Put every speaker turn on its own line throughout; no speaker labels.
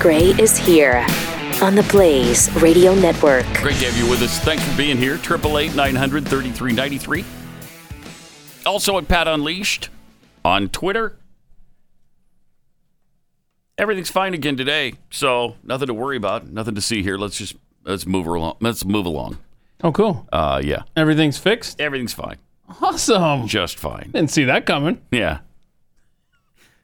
Gray is here on the Blaze Radio Network.
Great to have you with us. Thanks for being here. 888 900 3393. Also at Pat Unleashed on Twitter. Everything's fine again today, so nothing to worry about, nothing to see here. Let's just let's move along. Let's move along.
Oh, cool.
Uh, yeah,
Everything's fixed.
everything's fine,
Awesome.
just fine.
Didn't see that coming.
Yeah.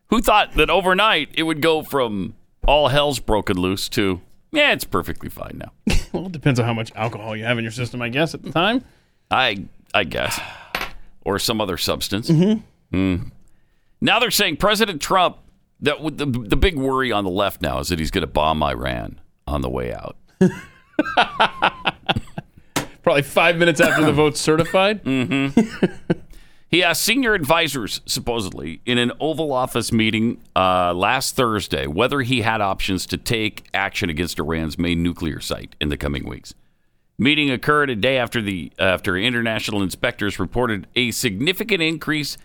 Who thought that overnight it would go from all hell's broken loose to yeah, it's perfectly fine now.
Well, it depends on how much alcohol you have in your system, I guess, at the time.
I I guess, or some other substance. Mm-hmm. Now they're saying President Trump. That would- the the big worry on the left now is that he's going to bomb Iran on the way out.
Probably five minutes after the vote's certified.
Mm. He asked senior advisors, supposedly, in an Oval Office meeting uh, last Thursday, whether he had options to take action against Iran's main nuclear site in the coming weeks. Meeting occurred a day after the after international inspectors reported a significant increase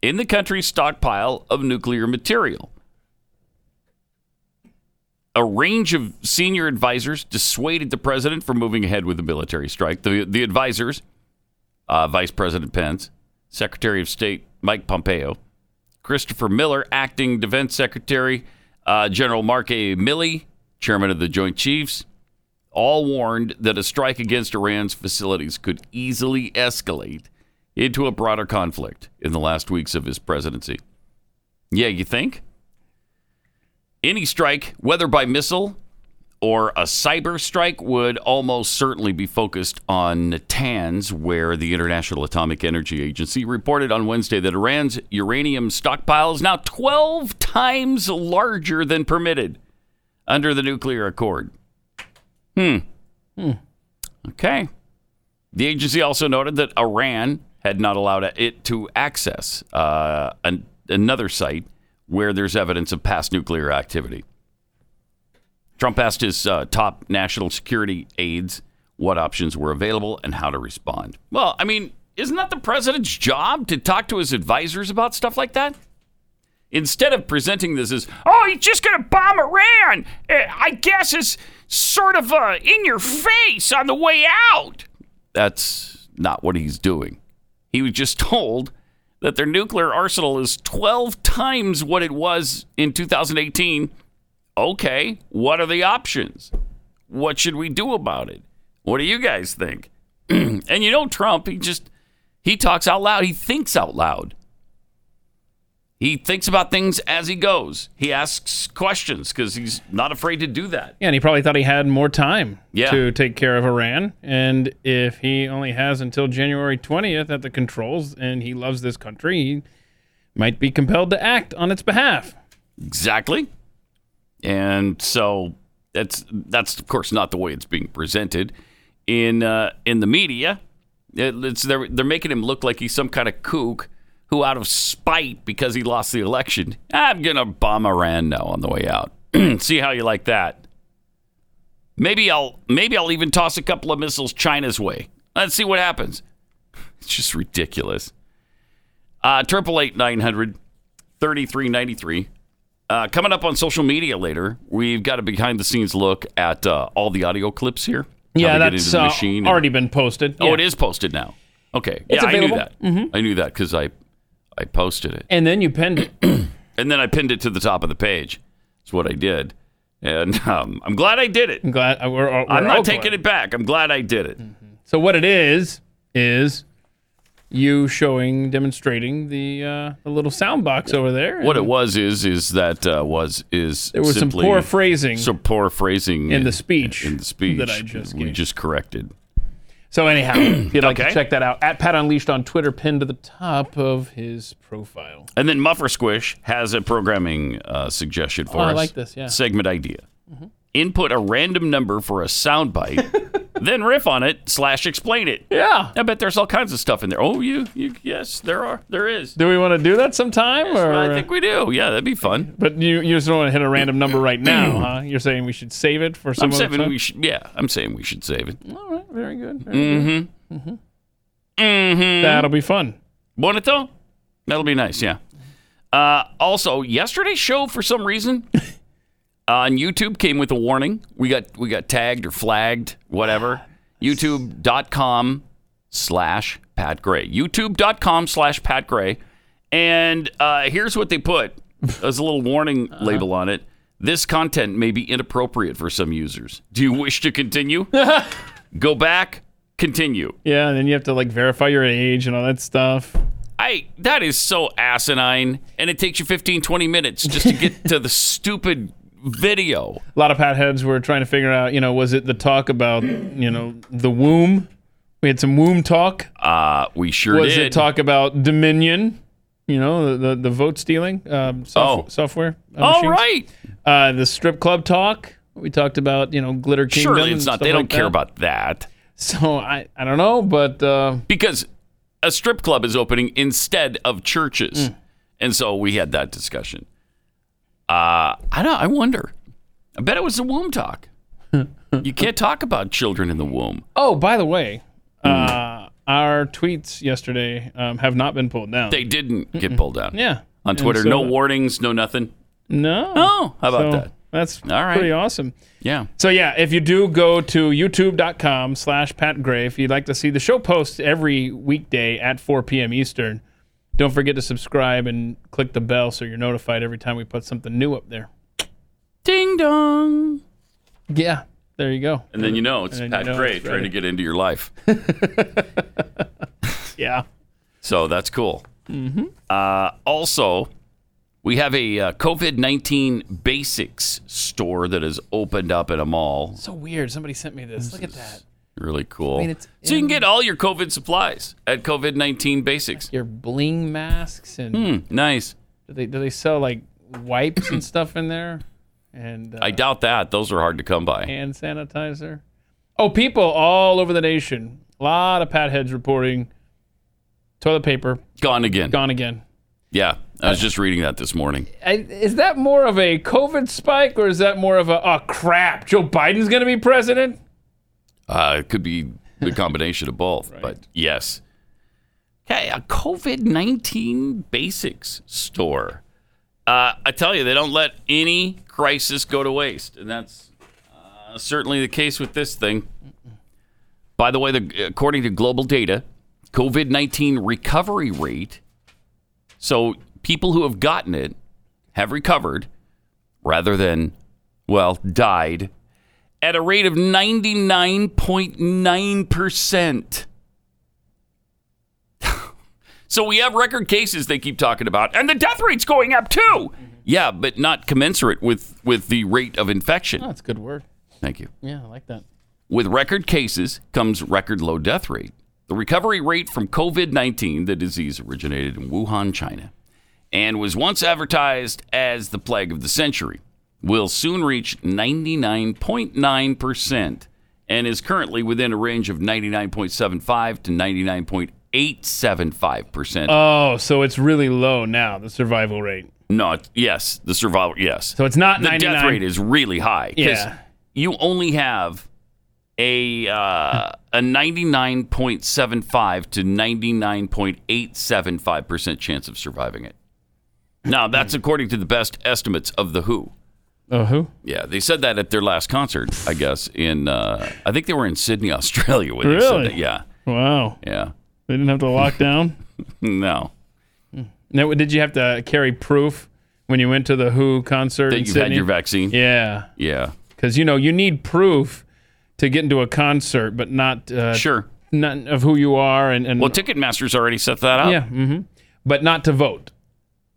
in the country's stockpile of nuclear material. A range of senior advisors dissuaded the president from moving ahead with the military strike. The, the advisors, uh, Vice President Pence, Secretary of State Mike Pompeo, Christopher Miller, Acting Defense Secretary uh, General Mark A. Milley, Chairman of the Joint Chiefs, all warned that a strike against Iran's facilities could easily escalate into a broader conflict in the last weeks of his presidency. Yeah, you think? Any strike, whether by missile or a cyber strike would almost certainly be focused on Natanz, where the International Atomic Energy Agency reported on Wednesday that Iran's uranium stockpile is now 12 times larger than permitted under the nuclear accord. Hmm. Okay. The agency also noted that Iran had not allowed it to access uh, an, another site where there's evidence of past nuclear activity. Trump asked his uh, top national security aides what options were available and how to respond. Well, I mean, isn't that the president's job to talk to his advisors about stuff like that? Instead of presenting this as, oh, he's just going to bomb Iran, eh, I guess is sort of uh, in your face on the way out. That's not what he's doing. He was just told that their nuclear arsenal is 12 times what it was in 2018 okay, what are the options? What should we do about it? What do you guys think? and you know, Trump, he just, he talks out loud. He thinks out loud. He thinks about things as he goes. He asks questions because he's not afraid to do that.
Yeah, and he probably thought he had more time
Yeah.
to take care of Iran. And if he only has until January 20th at the controls and he loves this country, he might be compelled to act on its behalf.
Exactly. And so that's that's of course not the way it's being presented in uh, in the media. It- it's- they're they're making him look like he's some kind of kook who, out of spite because he lost the election, I'm gonna bomb Iran now on the way out. See how you like that. Maybe I'll maybe I'll even toss a couple of missiles China's way. Let's see what happens. It's just ridiculous. Uh, triple eight nine hundred thirty three ninety three. Uh, coming up on social media later, we've got a behind the scenes look at uh, all the audio clips here. How
Yeah,
they get
that's
into the
uh,
machine and-
already been posted.
Oh,
Yeah.
it is posted now. Okay.
It's
yeah,
available. Mm-hmm.
I knew that. I knew that because I, I posted it.
And then you pinned it.
And then I pinned it to the top of the page. That's what I did. And um, I'm glad I did it.
I'm glad uh, we're, we're
I'm
all
not taking
glad. Mm-hmm.
it back. I'm glad I did it.
So what it is is you showing, demonstrating the uh, the little sound box over there.
What it
and
was is is that uh, was is
there was some
simply
poor phrasing.
some poor phrasing
in the speech
in the speech
that I just
we
gave.
just corrected.
So anyhow, if you'd like
Okay.
to check that out, at Pat Unleashed on Twitter, pinned to the top of his profile.
And then Muffer Squish has a programming uh, suggestion for
Oh, I
us.
like this, yeah. Mm-hmm.
Segment idea. Input a random number for a soundbite, then riff on it slash explain it.
Yeah.
I bet there's all kinds of stuff in there. Oh, you, you yes, there are, there is.
Do we want to do that sometime? or
I think we do. Yeah, that'd be fun.
but you, you just don't want to hit a random number right now, huh? You're saying we should save it for
I'm
some other
saying
time?
we should. Yeah, I'm saying we should save it.
All right, very good. Very mm-hmm. Good. Mm-hmm. That'll be fun.
Bonito? That'll be nice, yeah. Uh, also, yesterday's show, for some reason, on YouTube came with a warning. We got we got tagged or flagged, whatever. YouTube.com slash Pat Gray. YouTube.com slash Pat Gray. And uh, here's what they put. There's a little warning label on it. This content may be inappropriate for some users. Do you wish to continue? Go back, continue.
Yeah, and then you have to like verify your age and all that stuff.
I that is so asinine and it takes you 15 20 minutes just to get to the stupid video.
A lot of pat heads were trying to figure out, you know, was it the talk about, you know, the womb? We had some womb talk.
Uh we sure
was
did.
it talk about Dominion? You know, the the, the vote stealing um, soft-
Oh.
software. uh,
All
machines?
right.
Uh, the strip club talk. We talked about, you know, glitter kingdom.
Surely
and
it's not
stuff
they don't
like
care
that.
about that.
So I I don't know, but uh,
because a strip club is opening instead of churches,
Hmm.
and so we had that discussion. Uh, I don't. I wonder. I bet it was the womb talk. you can't talk about children in the womb.
oh, by the way,
Hmm.
uh, our tweets yesterday um, have not been pulled down.
They didn't get pulled down.
yeah.
On
And
Twitter,
so-
no warnings, no nothing.
No.
Oh, how about
So
that?
That's
All right.
pretty awesome.
Yeah.
So yeah, if you do go to youtube.com slash Pat Gray, if you'd like to see the show posts every weekday at 4 p.m. Eastern, don't forget to subscribe and click the bell so you're notified every time we put something new up there.
Ding dong.
Yeah. There you go.
And then you know it's
And then
Pat
you know
Gray
it's
trying to
ready.
get into your life.
Yeah.
So that's cool.
Mm-hmm.
Uh, also, we have a uh, COVID 19 basics store that has opened up at a mall.
So weird. Somebody sent me this. Look at that.
Really cool.
mean, it's
so you can
in-
get all your COVID supplies at COVID 19 basics.
Your bling masks and
Hmm, nice.
do they do they sell like wipes and stuff in there? And uh,
I doubt that. Those are hard to come by.
hand sanitizer. Oh, people all over the nation. A lot of pat heads reporting toilet paper
Gone again.
gone again.
Yeah. I was just reading that this morning.
I, is that more of a COVID spike or is that more of a, oh crap, Joe Biden's going to be president?
Uh, it could be the combination of both, but yes. Okay, a COVID 19 basics store. Uh, I tell you, they don't let any crisis go to waste. And that's uh, certainly the case with this thing. By the way, the, according to global data, COVID 19 recovery rate, so people who have gotten it have recovered rather than, well, died at a rate of 99.9%. so we have record cases they keep talking about, and the death rate's going up too. Yeah, but not commensurate with, with the rate of infection.
Oh, that's a good word.
Thank you.
Yeah, I like that.
With record cases comes record low death rate. The recovery rate from COVID 19, the disease originated in Wuhan, China, and was once advertised as the plague of the century, will soon reach 99.9% and is currently within a range of 99.75 to 99.875%.
Oh, so it's really low now, the survival rate.
no, it's- yes, the survival, yes.
So it's not
the
99.
death rate is really high because
Yeah.
you only have a uh, a ninety nine point seven five to ninety nine point eight seven five percent chance of surviving it. Now
Hmm.
that's according to the best estimates of the WHO.
Oh, who?
Yeah, they said that at their last concert, I guess. In uh, I think they were in Sydney, Australia. When They said
Really?
that. Yeah,
Wow.
yeah.
They didn't have to lock down?
No,
now, did you have to carry proof when you went to the Who concert?
that
in
you've had
Sydney?
your vaccine.
Yeah.
yeah.
because you know you need proof to get into a concert, but not uh,
sure.
none of who you are and, and
Well, Ticketmaster's already set that up.
yeah, hmm but not to vote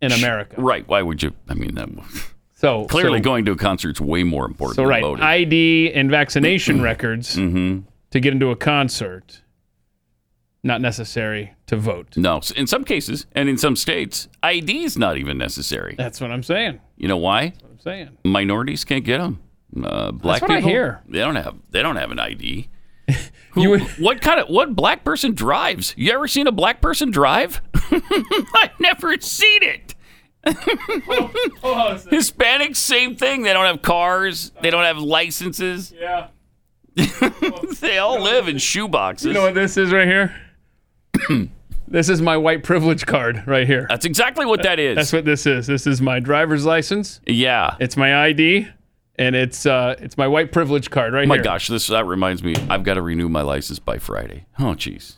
in America.
Right. Why would you? I mean, that
So
clearly
so,
going to a concert's way more important.
So
than
right,
voting.
ID and vaccination records
Mm-hmm.
to get into a concert, not necessary to vote.
No, s- in some cases and in some states, ID is not even necessary.
That's what I'm saying.
You know why?
I'm saying
Minorities can't get them. Uh, black
what I
people
hear.
they don't have they don't have an ID.
you would,
What kind of what black person drives? You ever seen a black person drive? I've never seen it. Oh, Hispanics, same thing. They don't have cars. They don't have licenses.
yeah.
They all live in shoeboxes.
You know what this is right here? this is my white privilege card right here.
Uh, That's exactly what that is.
That's what this is. This is my driver's license.
yeah.
It's my ID. and it's uh, it's my white privilege card right
My
here.
gosh, this that reminds me. I've got to renew my license by Friday. Oh, jeez.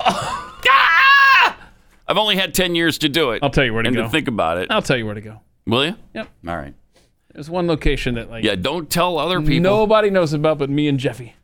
Ah! I've only had ten years to do it.
I'll tell you where to
and
go. Uh,
to think about it,
I'll tell you where to go.
will you?
Yep.
All right.
There's one location that like
Yeah. Don't tell other people.
nobody knows about but me and Jeffy.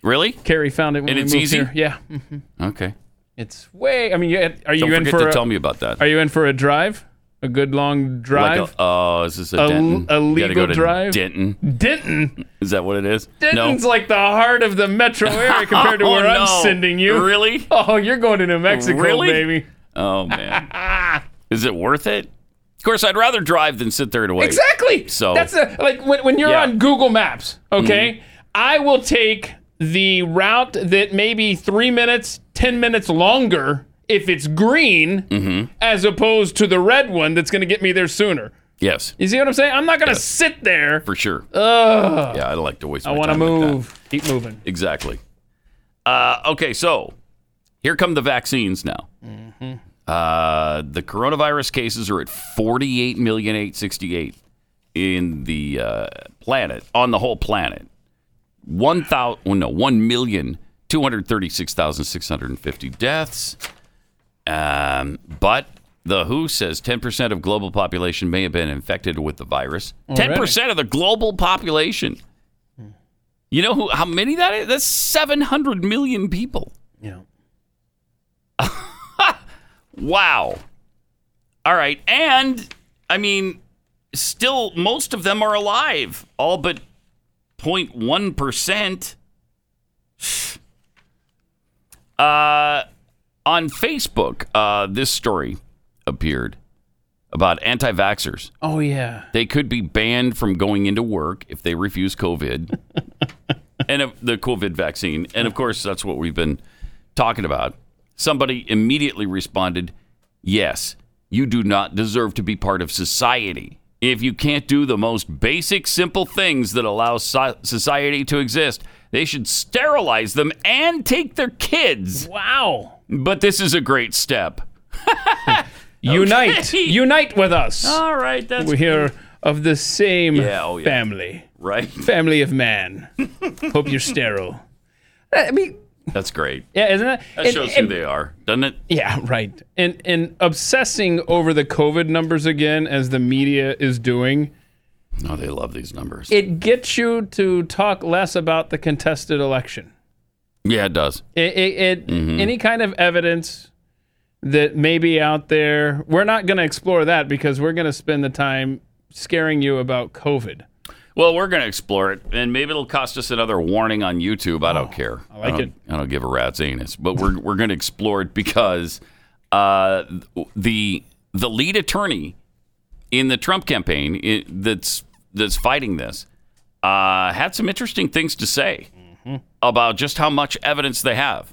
Really?
Carrie found it when
And
we
it's
moved
easy?
here. Yeah, Mm.
Okay.
it's way. I mean, you, are you
Don't
in
forget
for
to
a,
tell me about that.
are you in for a drive? A good long drive.
Like a, oh, is this a,
A l-
Denton?
a
You gotta go
legal
to
drive?
Denton.
Denton.
Is that what it is?
Denton's
no.
like the heart of the metro area compared to
Oh,
where I'm
no.
sending you.
Really?
Oh, you're going to New Mexico,
Really?
baby.
Oh man. is it worth it? Of course, I'd rather drive than sit there and wait.
Exactly.
So-
that's the like when, when you're
Yeah. Mm-hmm.
on Google Maps, okay? I will take the route that maybe three minutes, ten minutes longer if it's green,
Mm-hmm.
as opposed to the red one that's going to get me there sooner.
Yes,
You see what I'm saying? I'm not going to sit there.
for sure. yeah, I don't like to waste.
I
want to
move. Keep moving.
Exactly. Uh, okay, so here come the vaccines now. Uh, the coronavirus cases are at 48,868 in the uh, planet, on the whole planet. 1, thou- well, no, 1,236,650 deaths. Um, but the WHO says 10% of global population may have been infected with the virus. 10% of the global population. You know who, how many that is? That's 700 million people.
Yeah.
Wow. All right. And, I mean, still most of them are alive, all but 0.1%. Uh, on Facebook, uh, this story appeared about anti vaxxers.
Oh yeah.
They could be banned from going into work if they refuse COVID and uh, the COVID vaccine. And of course, that's what we've been talking about. Somebody immediately responded, Yes, you do not deserve to be part of society if you can't do the most basic, simple things that allow so- society to exist. They should sterilize them and take their kids.
Wow.
But this is a great step.
Unite. Unite with us.
All right, that's
we hear of the same
Oh. Yeah, oh, yeah.
family.
right.
Family of man. Hope you're sterile. I mean,
That's great.
yeah, isn't it?
That shows who they are, doesn't it?
Yeah, right. And and obsessing over the COVID numbers again, as the media is doing,
Oh, they love these numbers.
it gets you to talk less about the contested election.
yeah, it does.
It, it, it
Mm-hmm.
any kind of evidence that may be out there, we're not going to explore that because we're going to spend the time scaring you about COVID.
Well, we're going to explore it, and maybe it'll cost us another warning on YouTube. I don't care. I
Oh, like
don't-
it.
I don't give a rat's anus, but we're we're going to explore it because uh, the the lead attorney in the Trump campaign i that's that's fighting this uh, had some interesting things to say
Mm-hmm.
about just how much evidence they have.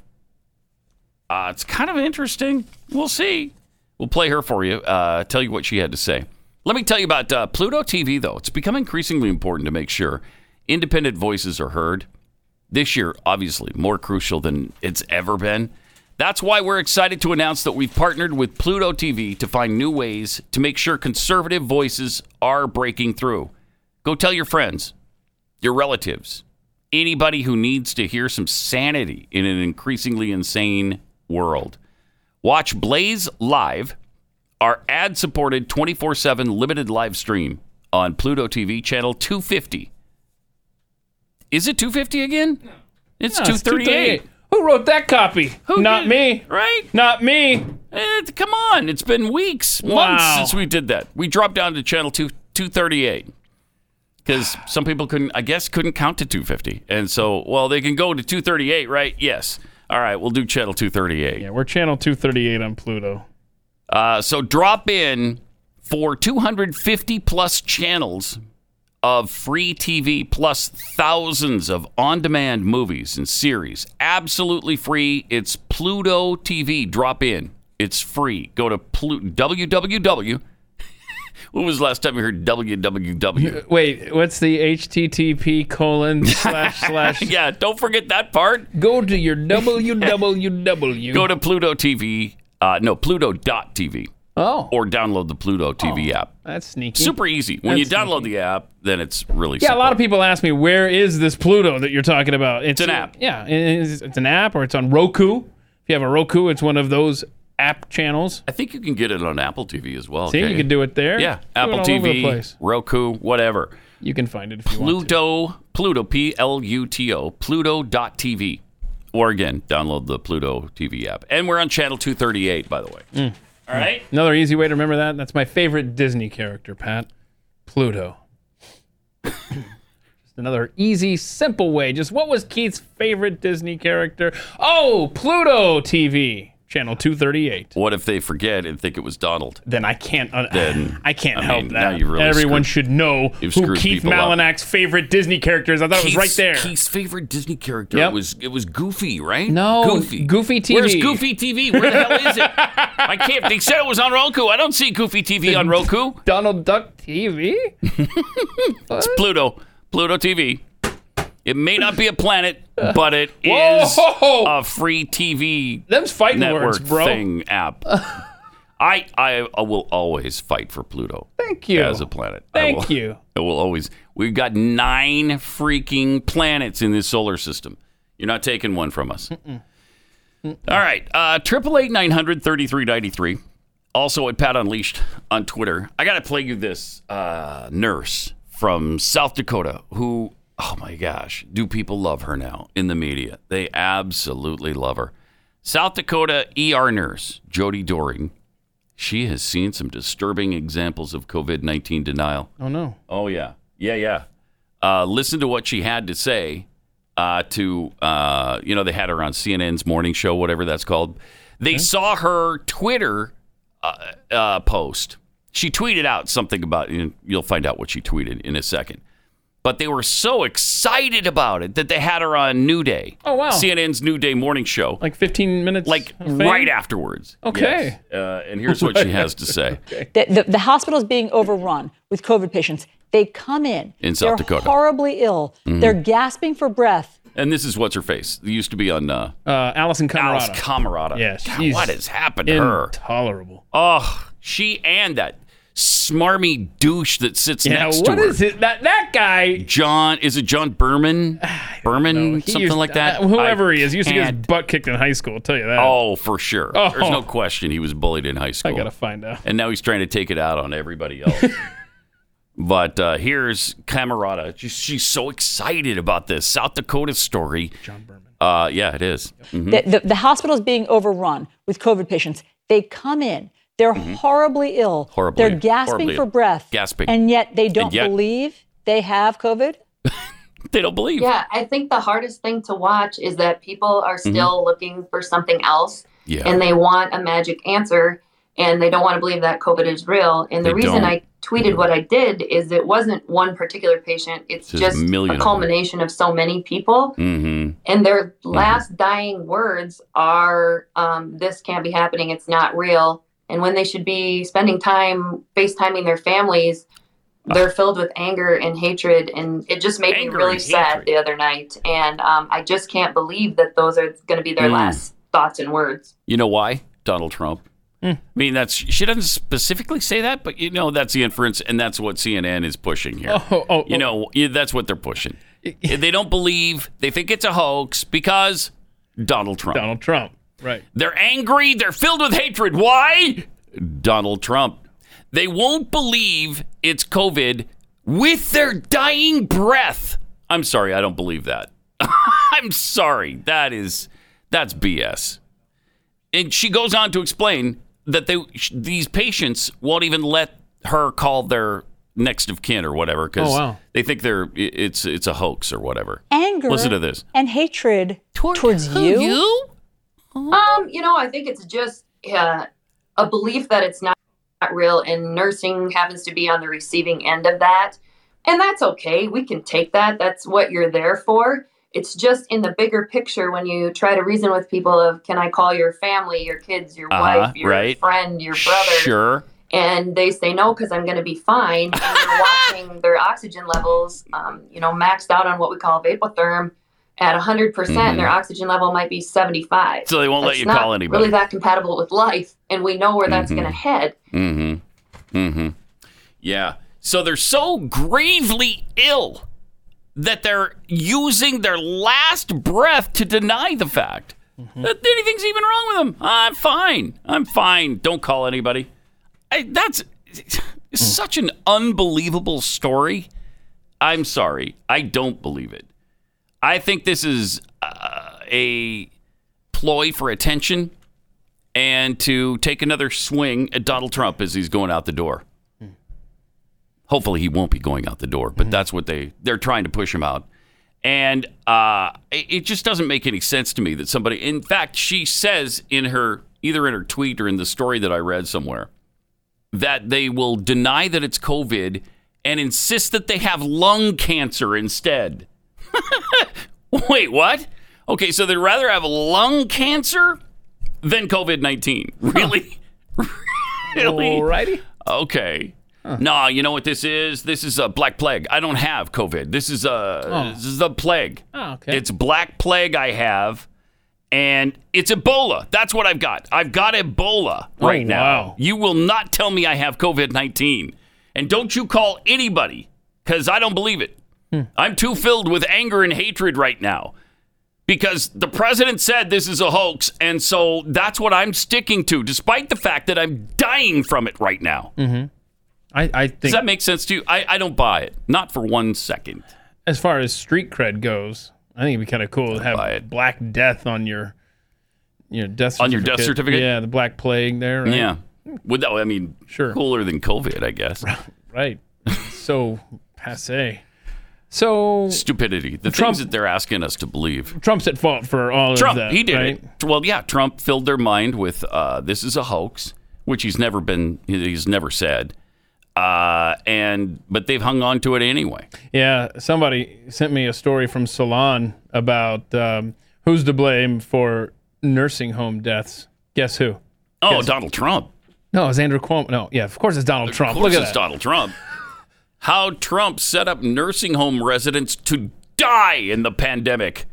Uh, it's kind of interesting. We'll see. We'll play her for you, uh, tell you what she had to say. Let me tell you about uh, Pluto TV, though. It's become increasingly important to make sure independent voices are heard. This year, obviously, more crucial than it's ever been. That's why we're excited to announce that we've partnered with Pluto TV to find new ways to make sure conservative voices are breaking through. Go tell your friends, your relatives, anybody who needs to hear some sanity in an increasingly insane world. Watch Blaze Live, our ad supported 24 7 limited live stream on Pluto TV channel 250. Is it 250 again? It's
Yeah, it's
238.
238. Who wrote that copy?
Who
Not
did-
me.
Right?
Not me.
Eh, come on. It's been weeks, months
Wow.
since we did that. We dropped down to channel 2 238 because some people couldn't, I guess, couldn't count to 250. And so, well, they can go to 238, right? Yes. All right, we'll do channel 238.
Yeah, we're channel 238 on Pluto.
Uh, so drop in for 250 plus channels of free TV, plus thousands of on demand movies and series. Absolutely free. It's Pluto TV. Drop in. It's free. Go to Plu- www. when was the last time you heard www?
Wait, what's the HTTP colon slash slash?
yeah, don't forget that part.
Go to your www.
Go to Pluto TV. Uh, no, Pluto.tv.
Oh,
or download the Pluto TV app.
that's sneaky.
Super easy. When you
That's
download the app, then it's really
Yeah, a
simple.
lot of people ask me, where is this Pluto that you're talking about? It's,
an app.
Yeah, it's, it's an app or it's on Roku. If you have a Roku, it's one of those app channels.
I think you can get it on Apple TV as well.
See,
can't
you can do it there.
Yeah,
Do it
Apple
all over the
TV,
place.
Roku, whatever.
You can find it if you want to.
Pluto, Pluto, P L U T O, Pluto.tv. Or again, download the Pluto TV app. And we're on channel 238, by the way.
Mm.
All right.
Another easy way to remember that. That's my favorite Disney character, Pat. Pluto. just another easy, simple way. Just what was Keith's favorite Disney character? Oh, Pluto TV, channel 238.
What if they forget and think it was Donald?
then I can't. Uh,
Then,
I can't
I
help
mean, now
that.
you've really
Everyone
screwed-
should know
you've
who
screwed
Keith
people up.
Malinak's favorite Disney character is. I thought it was right
Keith's-
there.
Keith's favorite Disney character
Yep.
was it was Goofy, right?
No,
Goofy.
Goofy TV.
Where's Goofy TV? Where the hell is it? I can't. They said it was on Roku. I don't see Goofy TV on Roku.
Donald Duck TV.
It's Pluto. Pluto TV. It may not be a planet, but it is
Whoa!
a free TV
Oh, Them's fighting
uh, network
words, bro.
thing app. I I will always fight for Pluto
Thank you.
as a planet. I
Thank
will-
you.
I will always. We've got nine freaking planets in this solar system. You're not taking one from us. All right. uh, Triple eight nine hundred thirty three ninety three. Also at Pat Unleashed on Twitter. I gotta play you this uh, nurse from South Dakota who. Oh my gosh, do people love her now in the media? They absolutely love her. South Dakota ER nurse Jody Doring. She has seen some disturbing examples of COVID 19 denial.
Oh no.
Oh yeah, yeah, yeah. Uh, listen to what she had to say. Uh, to uh, you know, they had her on CNN's morning show, whatever that's called. They saw her Twitter uh, uh, post. She tweeted out something about. And you'll find out what she tweeted in a second. But they were so excited about it that they had her on New Day.
Oh, wow.
CNN's New Day morning show
Like 15 minutes.
like
of fame?
right afterwards.
Okay.
Yes. Uh, and here's what she has to say.
The, the, the hospital is being overrun with COVID patients. They come in.
In South
they're
Dakota. Mm-hmm.
horribly ill. They're gasping for breath.
And this is what's her face. It used to be on uh,
Uh, Allison
Alice
Colorado.
Camerata.
Yes,
God,
she's
what has happened to her?
Intolerable.
Oh, she and that smarmy douche that sits
Yeah.
next
What
to her.
is it? That that guy.
John is it John Berman? Berman,
He
something
used-
like that.
uh, whoever
I
he is, he used to get
can't-
his butt kicked in high school. I'll tell you that.
Oh, for sure.
Oh.
There's no question he was bullied in high
I
school.
gotta find out.
and now he's trying to take it out on everybody else. but uh, here's Camerata. She's, she's so excited about this South Dakota story. John Berman. Uh, yeah, it is.
The, the, the hospital is being overrun with COVID patients. They come in. They're horribly ill.
Mm-hmm. Horribly
They're
ill.
gasping
Horribly
for
ill.
breath.
Gasping.
And yet they don't
yet-
believe they have COVID.
They don't believe.
Yeah, I think the hardest thing to watch is that people are still looking for something else
Mm-hmm. Yeah.
and they want a magic answer and they don't want to believe that COVID is real. And the
They
reason
don't.
I tweeted what I did is it wasn't one particular patient, it's
There's a
just
million
a
of them.
culmination of so many people.
Mm-hmm.
And their last dying words are, um, This can't be happening. It's not real. And when they should be spending time FaceTiming their families, they're filled with anger and hatred. And it just made
Anger
me really
and
sad
hatred.
the other night. And um, I just can't believe that those are going to be their
Mm.
last thoughts and words.
You know why? Donald Trump.
Hmm.
I mean, that's she doesn't specifically say that, but you know that's the inference, and that's what CNN is pushing here.
Oh, oh,
you know yeah, that's what they're pushing. they don't believe. They think it's a hoax because Donald Trump.
Donald Trump. Right.
They're angry. They're filled with hatred. Why? Donald Trump. They won't believe it's COVID with their dying breath. I'm sorry. I don't believe that. I'm sorry. That is, that's BS. And she goes on to explain that they, sh- these patients won't even let her call their next of kin or whatever because
Oh, wow.
they think they're i- it's it's a hoax or whatever.
Anger
Listen to this.
and hatred towards
you?
Um, you know, I think it's just uh, a belief that it's not, not real, and nursing happens to be on the receiving end of that. And that's okay. We can take that. That's what you're there for. It's just in the bigger picture when you try to reason with people of can I call your family, your kids, your
Uh-huh,
wife, your
right.
friend, your brother?
Sure.
and they say no because I'm going to be fine. And you're watching their oxygen levels, um, you know, maxed out on what we call vapotherm, at 100%, percent their oxygen level might be 75.
Mm-hmm. So they won't let
That's
you
not
call anybody. Mm-hmm.
Really that compatible with life, and we know where that's going to head.
Yeah. So they're so gravely ill that they're using their last breath to deny the fact that anything's even wrong with them. I'm fine. I'm fine. Don't call anybody. I, that's such an unbelievable story. I'm sorry. I don't believe it. I think this is uh, a ploy for attention and to take another swing at Donald Trump as he's going out the door hopefully he won't be going out the door but that's what they they're trying to push him out and uh, it, it just doesn't make any sense to me that somebody in fact she says in her either in her tweet or in the story that i read somewhere that they will deny that it's covid and insist that they have lung cancer instead wait what okay so they'd rather have lung cancer than covid-19 really really
Alrighty.
Okay. No, you know what this is? This is a black plague. I don't have COVID. This is a this is the plague.
Oh, okay.
It's black plague I have, and it's Ebola. That's what I've got. I've got Ebola right now.
Oh, wow.
You will not tell me I have COVID nineteen, and don't you call anybody because I don't believe it.
Hmm.
I'm too filled with anger and hatred right now because the president said this is a hoax, and so that's what I'm sticking to, despite the fact that I'm dying from it right now.
I, I think
Does that make sense to you? I, I don't buy it. Not for one second.
as far as street cred goes, I think it'd be kind of cool to
buy
have
it.
Black Death on your your death
On your death certificate?
Yeah, the Black Plague there. Right?
Yeah. Would that, I mean,
Sure.
cooler than COVID, I guess.
right. So passe. So
Stupidity. The
Trump-
things that they're asking us to believe.
Trump's at fault for all
Trump,
of that.
he did
right?
it. Well, yeah, Trump filled their mind with uh, this is a hoax, which he's never been, he's never said. Uh, and, but they've hung on to it anyway.
Yeah, somebody sent me a story from Salon about um, who's to blame for nursing home deaths. Guess who?
Oh, Donald Trump.
No, it's Andrew Cuomo. No, yeah, of course it's Donald Trump.
Of course
Look at
it's
that.
Donald Trump. How Trump set up nursing home residents to die in the pandemic.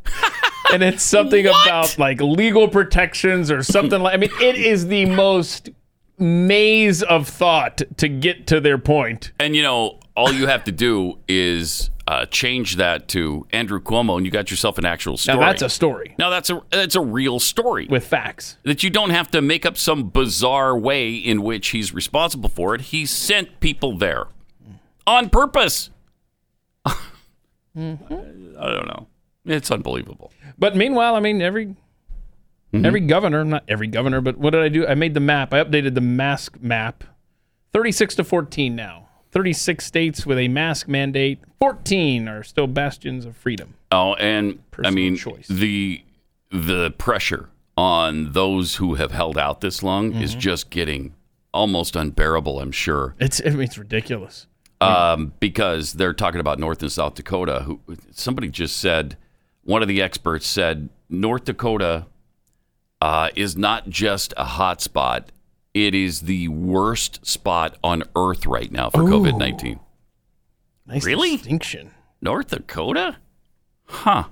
and it's something about like legal protections or something like. I mean, it is the most maze of thought to get to their point.
And you know, all you have to do is uh, change that to Andrew Cuomo, and you got yourself an actual
Now
story.
that's a story
now that's a that's a real story
with facts.
that you don't have to make up some bizarre way in which he's responsible for it. He sent people there on purpose.
Mm-hmm.
I don't know. It's unbelievable.
But meanwhile, I mean, every
Mm-hmm.
every governor, not every governor, but what did I do? I made the map. I updated the mask map. 36 to 14 now. 36 states with a mask mandate. 14 are still bastions of freedom.
Oh, and
Personal
I mean
choice.
the the pressure on those who have held out this long
Mm-hmm.
is just getting almost unbearable. I'm sure
It's I mean, it's ridiculous.
um, because they're talking about North and South Dakota. Who somebody just said, one of the experts said North Dakota uh, is not just a hot spot; it is the worst spot on Earth right now for COVID nineteen.
Nice
Really?
distinction.
North Dakota? Huh.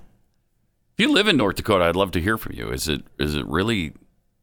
If you live in North Dakota, I'd love to hear from you. Is it is it really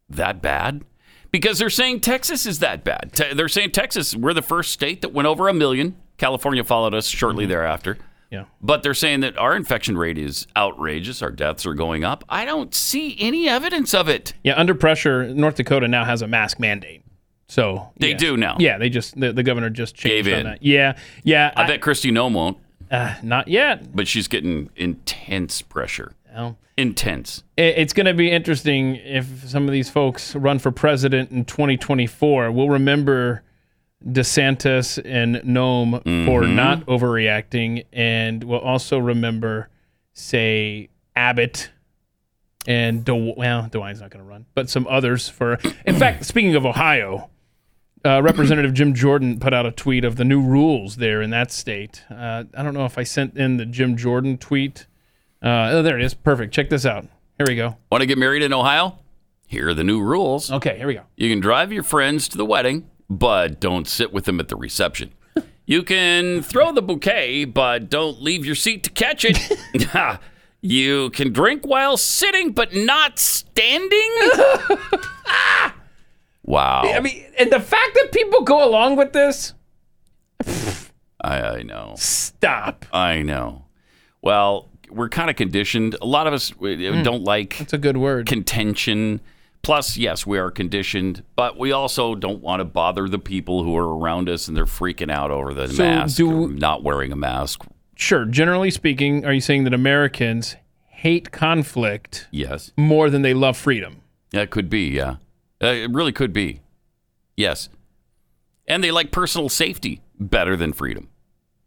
that bad? Because they're saying Texas is that bad. Te- they're saying Texas, we're the first state that went over a million. California followed us shortly thereafter.
Yeah.
But they're saying that our infection rate is outrageous. Our deaths are going up. I don't see any evidence of it.
Yeah, under pressure, North Dakota now has a mask mandate. So
They
yeah.
do now.
Yeah, they just the, the governor just changed
Gave
on
in.
that. Yeah, yeah,
I bet Christy Nome won't,
uh, not yet.
but she's getting intense pressure.
Well,
Intense.
it- it's going to be interesting if some of these folks run for president in 2024. We'll remember DeSantis and Nome for not overreacting, and we'll also remember, say, Abbott and De- well, DeWine's not going to run, but some others for. In fact, speaking of Ohio. Uh, Representative Jim Jordan put out a tweet of the new rules there in that state. Uh, I don't know if I sent in the Jim Jordan tweet. Uh, oh, there it is. Perfect. Check this out. Here we go.
Want to get married in Ohio? Here are the new rules.
Okay, here we go.
You can drive your friends to the wedding, but don't sit with them at the reception. You can throw the bouquet, but don't leave your seat to catch it. You can drink while sitting, but not standing? wow.
I mean, and the fact that people go along with this,
I, I know.
stop.
I know. Well, we're kind of conditioned. A lot of us we,
Hmm.
uh, don't like
It's a good word.
contention. Plus, yes, we are conditioned, but we also don't want to bother the people who are around us and they're freaking out over the
So
mask,
do-
or not wearing a mask.
sure, generally speaking, are you saying that Americans hate conflict
Yes,
more than they love freedom?
that could be. Yeah, uh, it really could be. Yes, and they like personal safety better than freedom.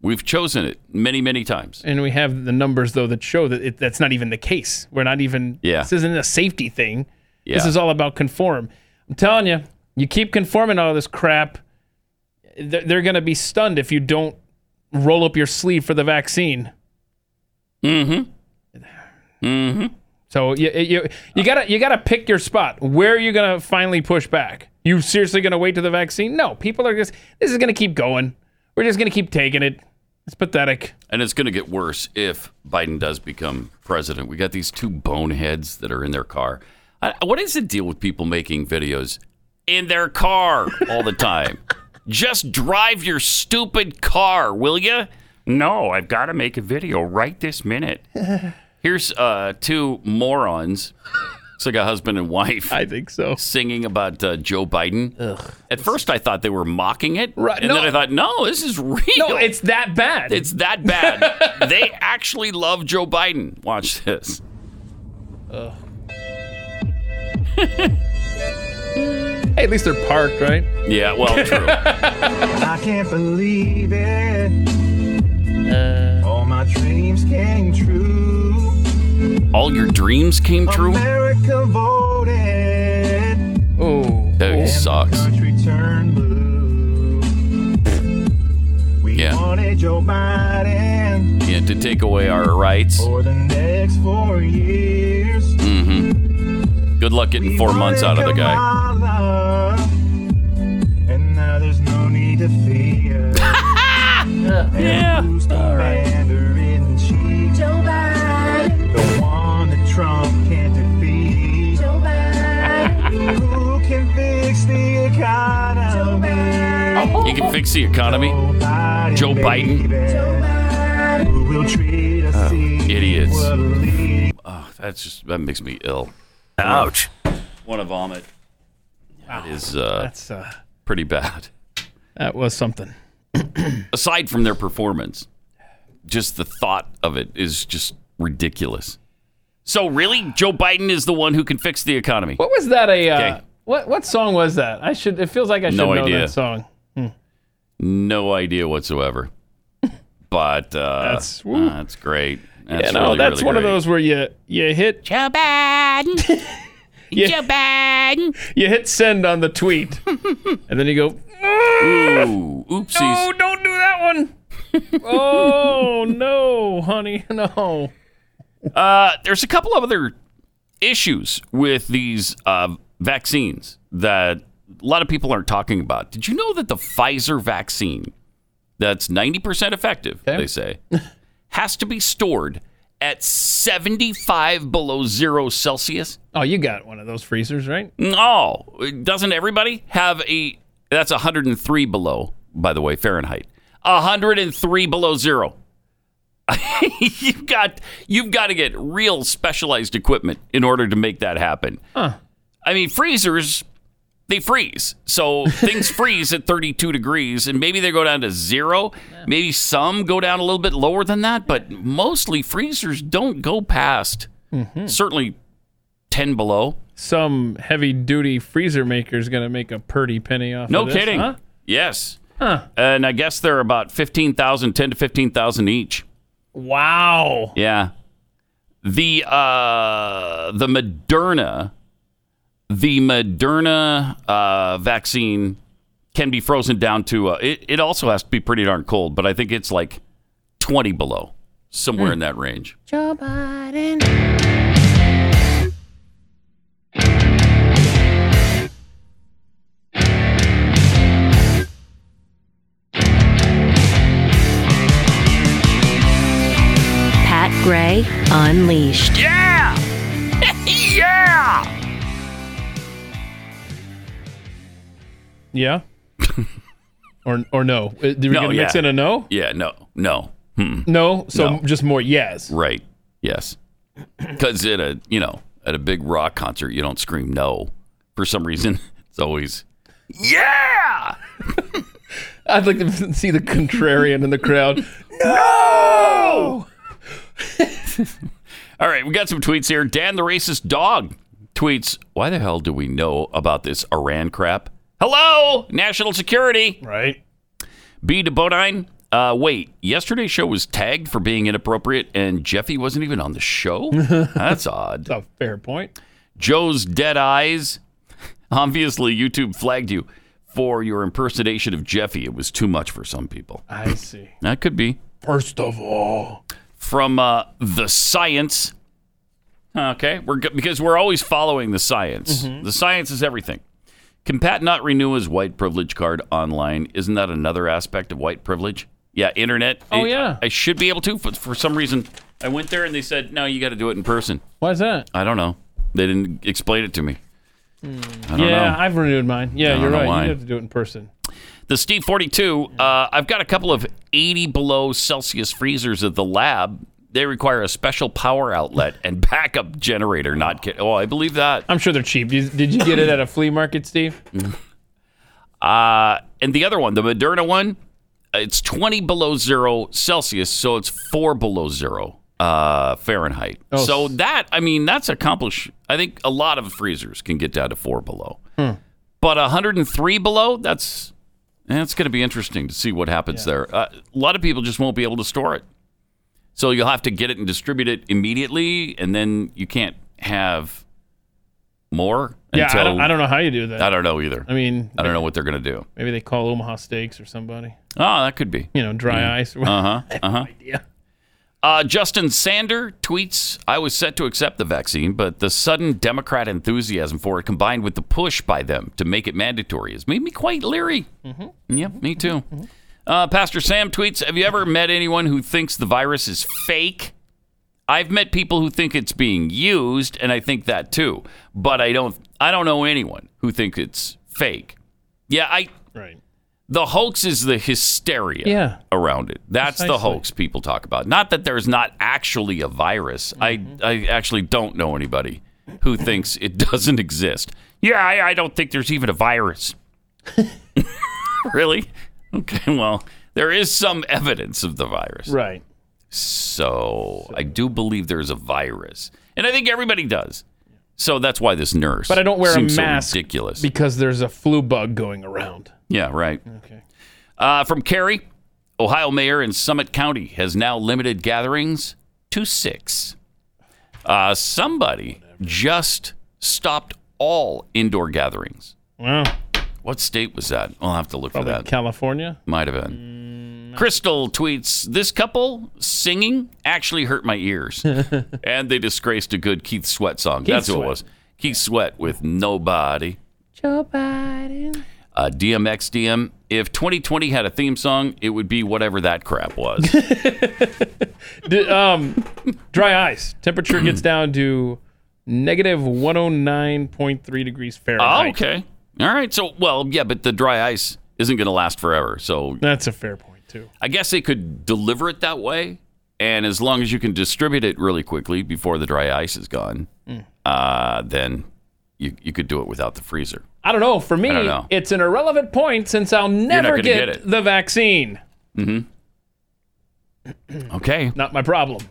We've chosen it many, many times.
And we have the numbers though that show that it, that's not even the case. We're not even.
Yeah.
This isn't a safety thing.
Yeah.
This is all about conform. I'm telling you, you keep conforming to all this crap, they're, they're going to be stunned if you don't roll up your sleeve for the vaccine.
Mm-hmm.
So you you, you gotta you gotta pick your spot. Where are you gonna finally push back? You seriously gonna wait to the vaccine? No, people are just this is gonna keep going. We're just gonna keep taking it. It's pathetic.
And it's going to get worse if Biden does become president. We got these two boneheads that are in their car. I, what is the deal with people making videos in their car all the time? Just drive your stupid car, will you? No, I've got to make a video right this minute. Here's uh, two morons. It's like a husband and wife
I think so.
singing about uh, Joe Biden. At first, I thought they were mocking it,
Right,
and
no.
then I thought, no, this is real.
No, it's that bad.
It's that bad. they actually love Joe Biden. Watch this.
hey, at least they're parked, right?
Yeah, well, true.
I can't believe it.
Uh.
All my dreams came true.
All your dreams came true.
America voted.
Oh,
That sucks.
Country turned blue. We
Yeah.
wanted Joe Biden
Yeah, to take away our rights.
for the next four years.
Good luck getting four months out of the guy.
guy. And now there's no need to fear. yeah. Who's the commander in chief?
Joe Biden,
The one that Trump can't defeat.
Joe Biden,
Who can fix the economy?
You can fix the economy.
Nobody,
Oh, Joe Biden. Oh.
baby.
Joe Biden,
Who will treat us
idiots.
equally?
Oh, that's just that makes me ill.
Ouch.
Want to vomit? That is uh,
that's uh,
pretty bad.
that was something.
Aside from their performance, just the thought of it is just ridiculous. So really, Joe Biden is the one who can fix the economy.
What was that? A uh,
Okay.
what what song was that? I should. It feels like I should
No
know
idea.
that song.
No idea whatsoever. But uh,
That's- woo.
uh, that's great. That's
you know,
really,
that's
really
one of
great.
those where you you hit
Joe Biden.
Yeah.
Joe Biden.
you hit send on the tweet, and then you go.
Ooh, oopsies.
Oh, don't do that one. oh no, honey, no.
Uh, there's a couple of other issues with these uh, vaccines that a lot of people aren't talking about. Did you know that the Pfizer vaccine, that's 90% effective, they say, has to be stored at 75 below zero Celsius?
Oh, you got one of those freezers, right?
No, Oh, doesn't everybody have a? That's 103 below, by the way, Fahrenheit. 103 below zero. you've got you've got to get real specialized equipment in order to make that happen. I mean, freezers they freeze, so things freeze at 32 degrees, and maybe they go down to zero. Maybe some go down a little bit lower than that, but mostly freezers don't go past certainly 10 below.
Some heavy-duty freezer maker is gonna make a purdy penny off.
No
of this,
kidding.
huh?
Yes. And I guess they're about 15,000, 10 to 15,000 each.
Wow.
Yeah. The uh the Moderna the Moderna uh vaccine can be frozen down to uh, it it also has to be pretty darn cold, but I think it's like 20 below, somewhere
Hmm.
in that range.
Joe Biden.
Pat Gray Unleashed.
Yeah! yeah!
Yeah. or or no? Uh, Did we
No,
get mix
yeah.
in a no?
Yeah, no, no. Hmm.
No. So
No.
just more yes.
Right. Yes. Because at a, you know, at a big rock concert, you don't scream no. For some reason, it's always, yeah!
I'd like to see the contrarian in the crowd. no.
All right, we got some tweets here. Dan the racist dog tweets, Why the hell do we know about this Iran crap? Hello, national security.
Right.
B to Bodine. Uh, wait, yesterday's show was tagged for being inappropriate, and Jeffy wasn't even on the show? That's odd.
That's a fair point.
Joe's dead eyes. Obviously, YouTube flagged you for your impersonation of Jeffy. It was too much for some people.
I see.
That could be
First of all,
from uh, the science. Okay, we're go- because we're always following the science.
Mm-hmm.
The science is everything. Can Pat not renew his white privilege card online? Isn't that another aspect of white privilege? Yeah, internet.
Oh,
I-
yeah.
I should be able to, but for some reason, I went there and they said, "No, you got to do it in person."
why is that?
I don't know. They didn't explain it to me. I don't
Hmm. Yeah,
know.
I've renewed mine. Yeah,
don't
you're
know
right.
why.
You have to do it in person.
The Steve 42, uh, I've got a couple of 80 below Celsius freezers at the lab. They require a special power outlet and backup generator. Not kid- Oh, I believe that.
I'm sure they're cheap. Did did you get it at a flea market, Steve?
Uh, and the other one, the Moderna one, uh, it's 20 below zero Celsius, so it's four below zero uh, Fahrenheit.
Oh,
So
s-
that, I mean, that's accomplished. I think a lot of freezers can get down to four below.
Hmm.
But 103 below, that's that's going to be interesting to see what happens there. Uh, a lot of people just won't be able to store it. So you'll have to get it and distribute it immediately, and then you can't have more
Yeah,
until
I, don't, I don't know how you do that.
I don't know either.
I mean,
I don't know what they're going to do.
maybe they call Omaha Steaks or somebody.
Oh, that could be.
You know, dry ice. Or
Uh huh. Uh huh.
idea.
Uh, Justin Sander tweets I was set to accept the vaccine, but the sudden Democrat enthusiasm for it, combined with the push by them to make it mandatory, has made me quite leery. Yep, me too. Uh, Pastor Sam tweets Have you ever met anyone who thinks the virus is fake? I've met people who think it's being used, and I think that too. But I don't. I don't know anyone who thinks it's fake. Yeah, I.
Right.
The hoax is the hysteria
Yeah.
around it. That's the
Precisely.
hoax people talk about. Not that there's not actually a virus.
Mm-hmm.
I, I actually don't know anybody who thinks it doesn't exist. Yeah, I, I don't think there's even a virus. really? Okay, well, there is some evidence of the virus.
Right.
So I do believe there's a virus. And I think everybody does. So that's why this nurse.
But I don't wear a
seems so
mask
ridiculous.
Because there's a flu bug going around.
yeah, right.
Okay.
Uh, from Kerry, Ohio mayor in Summit County has now limited gatherings to six. Uh, somebody just stopped all indoor gatherings.
Wow.
What state was that? I'll have to look
Probably
for that.
California.
Might have been. Crystal tweets This couple singing actually hurt my ears. and they disgraced a good Keith Sweat song. That's what
Sweat.
it was. Keith Sweat with Nobody.
Joe Biden.
uh, DMX DM. If 2020 had a theme song, it would be whatever that crap was.
D- um, dry ice. Temperature gets down to negative 109.3 degrees
oh,
Fahrenheit.
okay. All right. So, well, yeah, but the dry ice isn't going to last forever. So,
That's a fair point, too.
I guess they could deliver it that way. And as long as you can distribute it really quickly before the dry ice is gone, uh, then you, you could do it without the freezer.
I don't know. For me,
don't know.
it's an irrelevant point since I'll never
gonna
get,
get it.
the vaccine.
Okay.
Not my problem.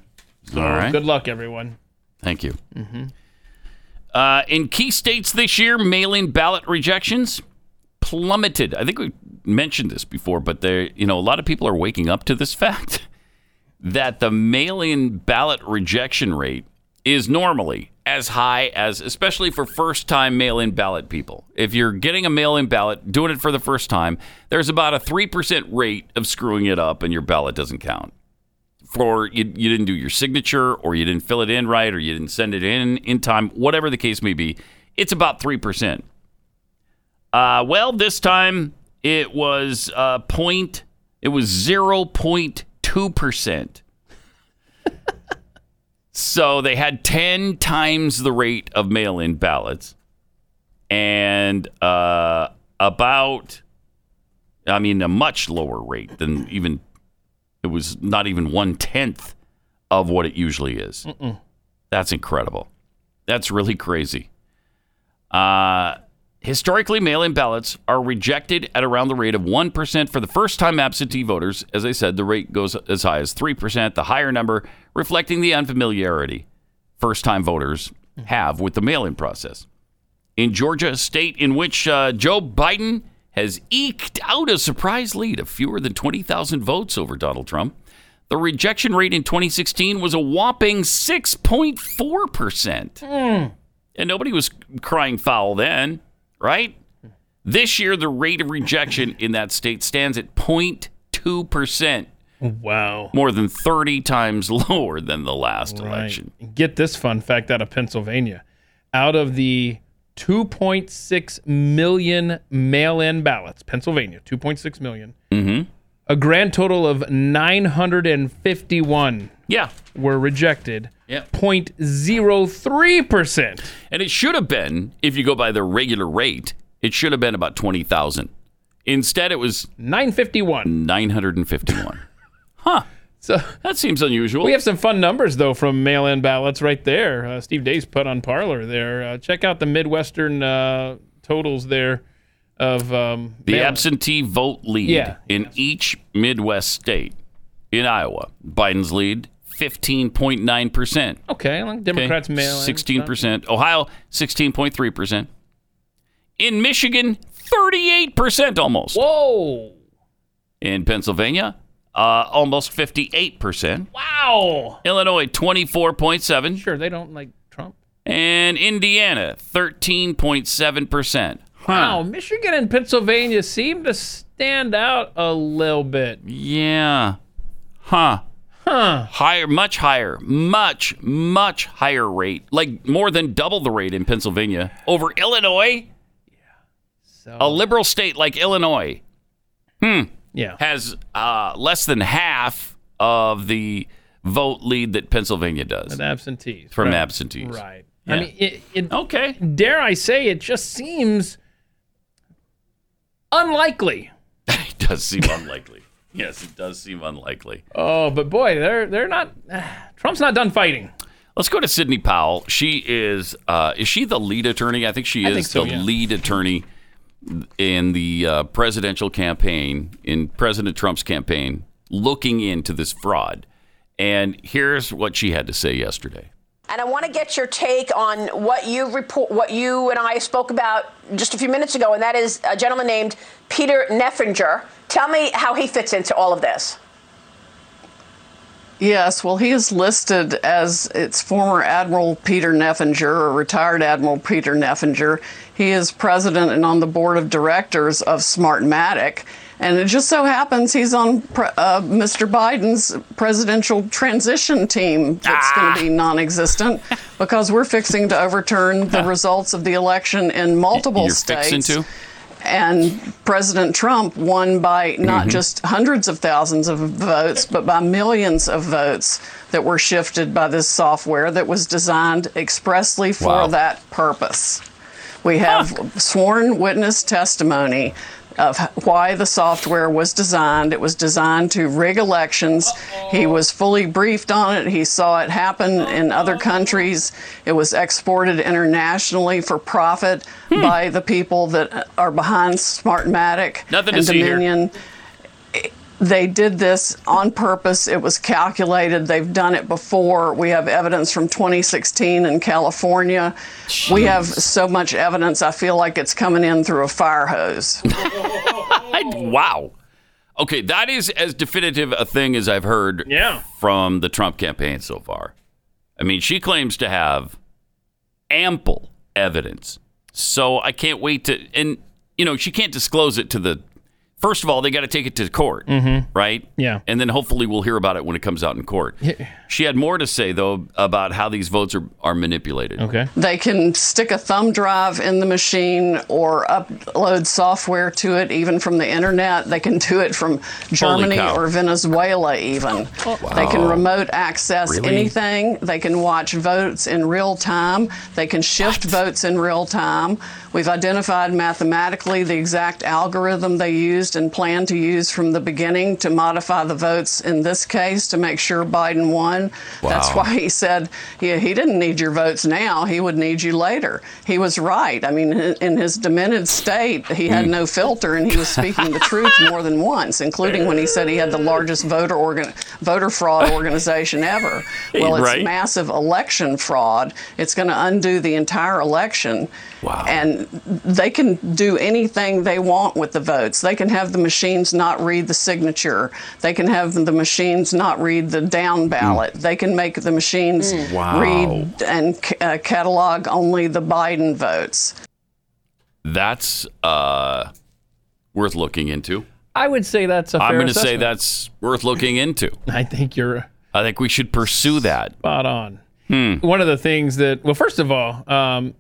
All right.
Good luck, everyone.
Thank you. Uh, in key states this year, mail-in ballot rejections plummeted. I think we mentioned this before, but they, you know, a lot of people are waking up to this fact that the mail-in ballot rejection rate is normally as high as, especially for first-time mail-in ballot people. If you're getting a mail-in ballot, doing it for the first time, there's about a three percent rate of screwing it up, and your ballot doesn't count for you, you didn't do your signature or you didn't fill it in right or you didn't send it in in time, whatever the case may be, it's about 3%. Uh, well, this time it was uh, point, it was 0.2%. So they had 10 times the rate of mail in ballots. And uh, about, I mean, a much lower rate than even, it was not even one tenth of what it usually is. That's incredible. That's really crazy. Uh, historically, mail in ballots are rejected at around the rate of 1% for the first time absentee voters. As I said, the rate goes as high as 3%, the higher number reflecting the unfamiliarity first time voters have with the mail in process. In Georgia, a state in which uh, Joe Biden has eked out a surprise lead of fewer than 20,000 votes over Donald Trump, the rejection rate in 2016 was a whopping 6.4%. And nobody was crying foul then, right? This year, the rate of rejection in that state stands at 0.2%,
Wow.
more than 30 times lower than the last
Right.
election.
Get this fun fact out of Pennsylvania. Out of the 2.6 million mail in ballots, Pennsylvania, 2.6 million,
Mm-hmm.
a grand total of 951
Yeah.
were rejected.
Yeah.
0.03%.
And it should have been, if you go by the regular rate, it should have been about 20,000. Instead, it was
951.
Mm. 951.
So
that seems unusual.
we have some fun numbers, though, from mail in ballots right there. Uh, Steve Day's put on Parlor there. Uh, check out the Midwestern uh, totals there of um,
the
mail-in.
absentee vote lead
Yeah.
in each Midwest state. In Iowa, Biden's lead 15.9%.
Okay, like Democrats mail in.
Sixteen percent. Ohio, sixteen point three percent. In Michigan, thirty-eight percent almost.
Whoa!
In Pennsylvania, uh, almost fifty-eight percent.
Wow!
Illinois, twenty-four point seven,
Sure, they don't like Trump.
and Indiana, thirteen point seven percent.
Wow, Michigan and Pennsylvania seem to stand out a little bit.
Yeah. Huh.
Huh.
Higher, much higher, much, much higher rate. Like more than double the rate in Pennsylvania over Illinois.
So,
A liberal state like Illinois
yeah.
has uh, less than half of the vote lead that Pennsylvania does
With absentees.
from
right.
absentees.
Right.
Yeah.
I mean, it, it,
Okay.
dare I say, it just seems unlikely.
it does seem unlikely. Yes, it does seem unlikely.
Oh, but boy, they're they're not. Trump's not done fighting.
Let's go to Sydney Powell. She is uh, is she the lead attorney? I think she
I
is
think so,
the
yeah.
lead attorney in the uh, presidential campaign in President Trump's campaign looking into this fraud. And here's what she had to say yesterday.
And I want to get your take on what you report, what you and I spoke about just a few minutes ago, and that is a gentleman named Peter Neffinger. Tell me how he fits into all of this.
Yes, well, he is listed as its former Admiral Peter Neffinger, or retired Admiral Peter Neffinger. He is president and on the board of directors of Smartmatic. And it just so happens he's on pre- uh, Mr. Biden's presidential transition team that's
Ah.
going to be non existent because we're fixing to overturn the results of the election in multiple
You're
states
fixing to?
and President Trump won by not just hundreds of thousands of votes, but by millions of votes that were shifted by this software that was designed expressly for
Wow.
that purpose. We have sworn witness testimony of why the software was designed. It was designed to rig elections. He was fully briefed on it. He saw it happen in other countries. It was exported internationally for profit
Hmm.
by the people that are behind Smartmatic
Nothing to
and
see here.
Dominion they did this on purpose. It was calculated. They've done it before. We have evidence from 2016 in California. We have so much evidence, I feel like it's coming in through a fire hose.
I, wow. Okay, that is as definitive a thing as I've heard
Yeah.
from the Trump campaign so far. I mean, she claims to have ample evidence. So I can't wait to, and, you know, she can't disclose it to the First of all, they got to take it to court, right?
Mm-hmm. Yeah.
And then hopefully we'll hear about it when it comes out in court. she had more to say, though, about how these votes are, are manipulated.
Okay.
They can stick a thumb drive in the machine or upload software to it, even from the internet. They can do it from Germany
cow.
or Venezuela, even. They can remote access
Really?
anything. They can watch votes in real time. They can shift votes in real time. We've identified mathematically the exact algorithm they used and plan to use from the beginning to modify the votes in this case to make sure Biden won. That's
Wow.
why he said yeah, he didn't need your votes now. He would need you later. He was right. I mean, in in his demented state, he had no filter, and he was speaking the truth more than once, including when he said he had the largest voter organ, voter fraud organization ever. Well, it's
Right.
massive election fraud. It's going to undo the entire election.
Wow.
And they can do anything they want with the votes. They can have the machines not read the signature. They can have the machines not read the down ballot. They can make the machines
Hmm. Wow.
read and c- uh, catalog only the Biden votes.
That's uh, worth looking into.
I would say that's a
I'm
fair
going to say
assessment.
that's worth looking into.
I think you're
I think we should pursue that.
spot on.
Hmm.
One of the things that, well, first of all, um,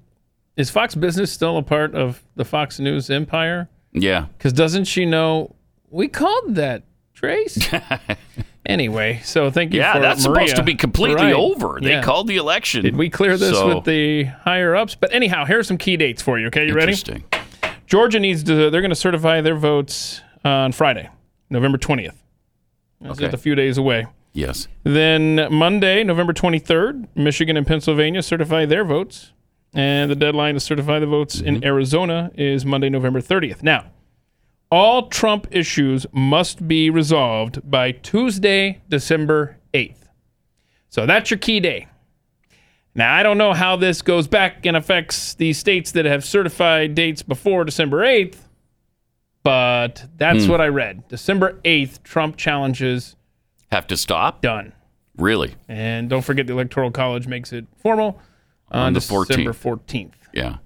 is Fox Business still a part of the Fox News empire?
Yeah.
Because doesn't she know we called that Trace? anyway, so thank you.
Yeah,
for
that's
Maria.
supposed to be completely
Right.
over. They
Yeah.
called the election.
Did we clear this
So,
with the higher ups? But anyhow, here are some key dates for you. Okay, you ready?
Interesting.
Georgia needs to. They're going to certify their votes on Friday, November twentieth. That's
Okay.
just a few days away.
Yes.
Then Monday, November 23rd, Michigan and Pennsylvania certify their votes. And the deadline to certify the votes in Arizona is Monday, November 30th. Now, all Trump issues must be resolved by Tuesday, December 8th. So that's your key day. Now, I don't know how this goes back and affects the states that have certified dates before December 8th, but that's what I read. December 8th, Trump challenges
Have to stop?
done.
Really?
And don't forget the Electoral College makes it formal on,
On the
December 14th.
Yeah.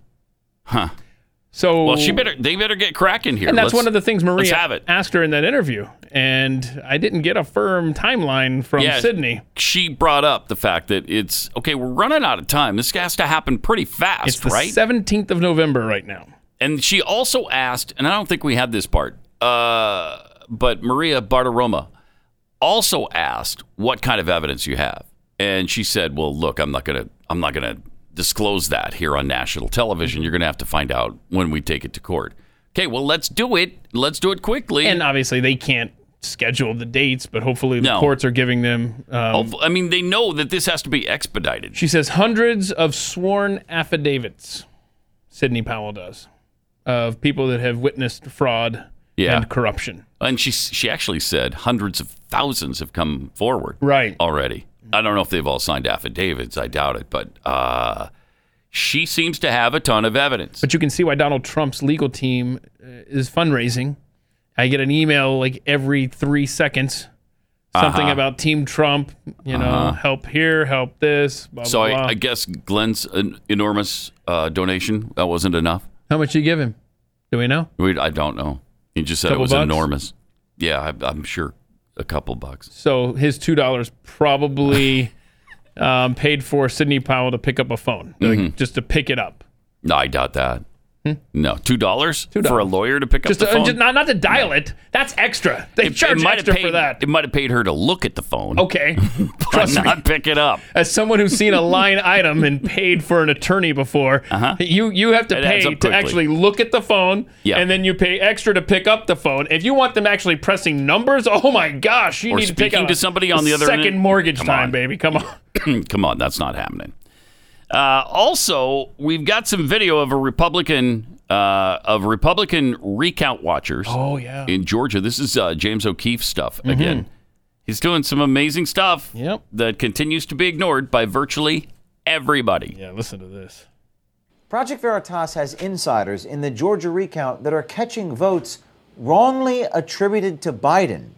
So
Well, she better. They better get cracking here.
And that's
Let's-
one of the things
let's
Maria
have it.
asked her in that interview. And I didn't get a firm timeline from
Yeah.
Sydney.
She brought up the fact that it's okay. We're running out of time. This has to happen pretty fast,
It's the
right?
17th of November right now.
and she also asked, and I don't think we had this part, uh, but Maria Bartiromo also asked what kind of evidence you have, and she said, "Well, look, I'm not gonna, I'm not gonna disclose that here on national television. You're gonna have to find out when we take it to court." Okay, well, let's do it. Let's do it quickly.
And obviously, they can't schedule the dates, but hopefully, the
No.
courts are giving them. Um,
Hopef- I mean, they know that this has to be expedited.
She says hundreds of sworn affidavits, Sydney Powell does, of people that have witnessed fraud
Yeah.
and corruption.
And she she actually said hundreds of thousands have come forward
Right.
already. I don't know if they've all signed affidavits. I doubt it, but uh, she seems to have a ton of evidence.
But you can see why Donald Trump's legal team uh, is fundraising. I get an email like every three seconds, something
Uh-huh.
about Team Trump. You know, help here, help this. Blah,
so
blah, blah.
I, I guess Glenn's en- enormous uh, donation that wasn't enough.
how much you give him? Do we know?
We, I don't know. He just said it
Couple
was
bucks?
enormous. Yeah, I, I'm sure a couple bucks.
So his two dollars probably um, paid for Sidney Powell to pick up a phone, like,
Mm-hmm.
just to pick it up,
No, I doubt that. No, two dollars for a lawyer to pick
Hmm. just,
up
to,
the phone.
just not not to dial it. That's extra. They charge
might have
extra
paid,
for that.
It might have paid her to look at the phone.
Okay,
but
trust me.
not pick it up.
as someone who's seen a line item and paid for an attorney before, you you have to
Uh-huh. It adds
pay
up
to
quickly.
actually look at the phone,
Yeah.
and then you pay extra to pick up the phone. If you want them actually pressing numbers, oh my gosh, you
Or
need to pick
speaking
out
to
a-
somebody on
a
the other
second
end.
mortgage
Come
time,
on.
baby. Come on.
Come on, that's not happening. Uh, also, we've got some video of a Republican uh, of Republican recount watchers. Oh yeah, Mm-hmm. in Georgia. This is uh, James O'Keefe stuff again. He's doing some amazing stuff.
Yep.
That continues to be ignored by virtually everybody.
Yeah, listen to this.
Project Veritas has insiders in the Georgia recount that are catching votes wrongly attributed to Biden.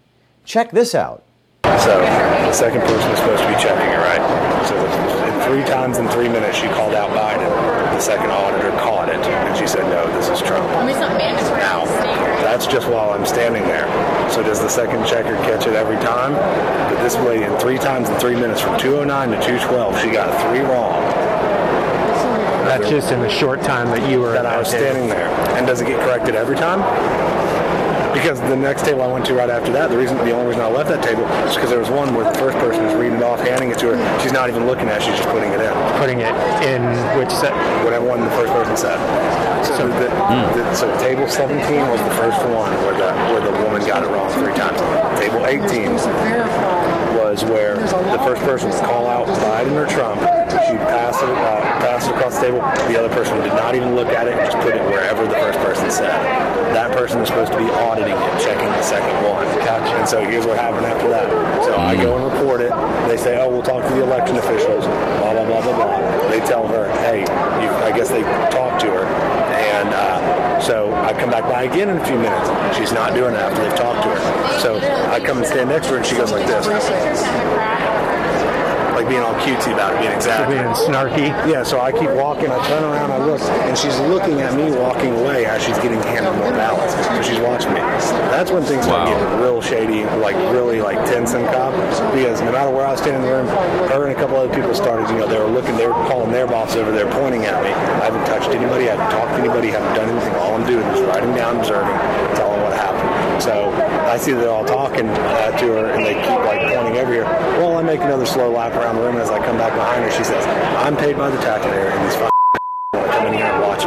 Check this out.
So the second person was supposed to be checking it, right? So the, three times in three minutes, she called out Biden. The second auditor caught it and
And she said, no, this is Trump.
I mean, it's not mandatory.
Now, that's just while I'm standing there. So does the second checker catch it every time? But this lady, in three times in three minutes, from 209 to 212, she got three wrong.
That's just in the short time that you were
that I was
there.
standing there. And does it get corrected every time? Because the next table I went to right after that, the reason, the only reason I left that table is because there was one where the first person was reading it off, handing it to her. She's not even looking at it; she's just putting it in.
Putting it in which set?
Whatever one the first person said. So, the, the, so table 17 was the first one where the where the woman got it wrong three times. Table 18 was where the first person would call out Biden or Trump. She'd pass it, uh, pass it across the table. The other person did not even look at it and just put it wherever the first person said. That person was supposed to be auditing it, checking the second one. And so here's what happened after that. So I go and report it. They say, oh, we'll talk to the election officials, blah, blah, blah, blah, blah. They tell her, hey, you, I guess they talked to her. And uh, so I come back by again in a few minutes. She's not doing it after they've talked to her. So I come and stand next to her, and she goes like this. Like being all cutesy about it, being exact.
Being snarky.
Yeah, so I keep walking, I turn around, I look, and she's looking at me walking away as she's getting handed more ballots. So she's watching me. That's when things start getting real shady, like really like tense and cop. Because no matter where I stand in the room, her and a couple other people started, you know, they were looking, they were calling their boss over there, pointing at me. I haven't touched anybody, I haven't talked to anybody, I haven't done anything. All I'm doing is writing down, observing, telling what happened. So I see they're all talking uh, to her, and they keep like pointing over here. Well, I make another slow lap around the room, and as I come back behind her, she says, "I'm paid by the taxpayer, and these f- want to come in here and watch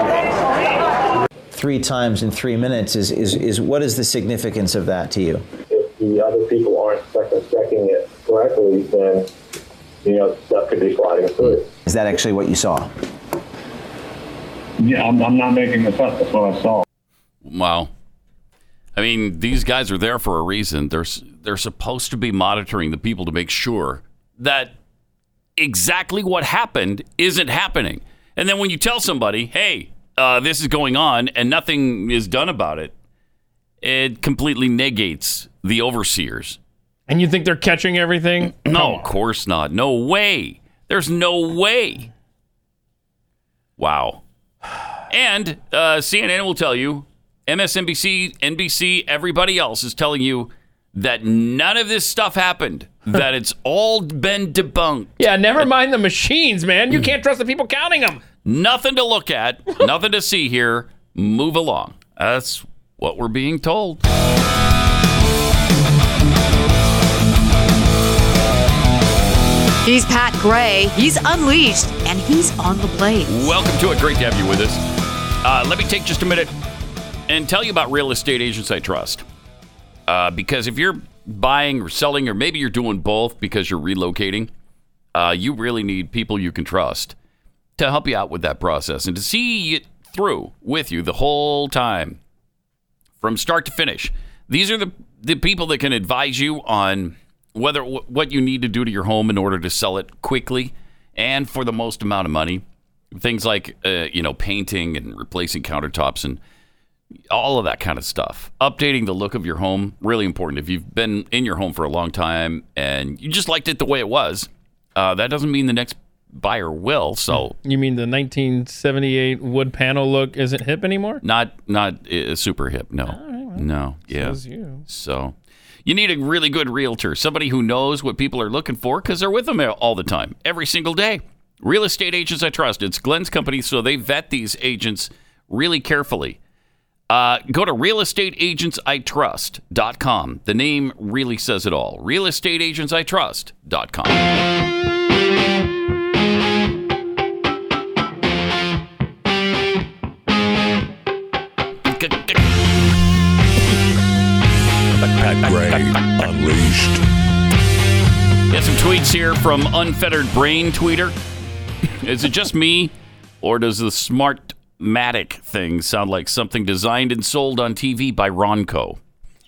me."
Three times in three minutes is, is, is what is the significance of that to you?
If the other people aren't second checking it correctly, then you know stuff could be sliding through.
Is that actually what you saw?
Yeah, I'm, I'm not making this up. That's what I saw.
Wow. I mean, these guys are there for a reason. They're s- they're supposed to be monitoring the people to make sure that exactly what happened isn't happening. And then when you tell somebody, "Hey, uh, this is going on," and nothing is done about it, it completely negates the overseers.
And you think they're catching everything?
No, of course not. No way. There's no way. Wow. And uh, CNN will tell you, MSNBC, NBC, everybody else is telling you that none of this stuff happened, that it's all been debunked.
Yeah, never mind the machines, man. You can't trust the people counting them.
Nothing to look at, nothing to see here. Move along. That's what we're being told.
He's Pat Gray. He's unleashed and he's on the blade.
Welcome to it. Great to have you with us. Uh, let me take just a minute and tell you about real estate agents I trust. Uh, because if you're buying or selling, or maybe you're doing both because you're relocating, uh, you really need people you can trust to help you out with that process and to see it through with you the whole time from start to finish. These are the, the people that can advise you on whether what you need to do to your home in order to sell it quickly and for the most amount of money. Things like uh, you know painting and replacing countertops and all of that kind of stuff. Updating the look of your home really important. If you've been in your home for a long time and you just liked it the way it was, uh, that doesn't mean the next buyer will. So
You mean the 1978 wood panel look isn't hip anymore?
Not not uh, super hip. No, no, yeah.
says you.
So you need a really good realtor, somebody who knows what people are looking for because they're with them all the time, every single day. Real estate agents I trust. It's Glenn's company, so they vet these agents really carefully. Uh, go to realestateagentsitrust.com. The name really says it all. Realestateagentsitrust.com.
Pat Gray Unleashed.
Got some tweets here from Unfettered Brain Tweeter. Is it just me, or does the smart matic thing sound like something designed and sold on TV by Ronco?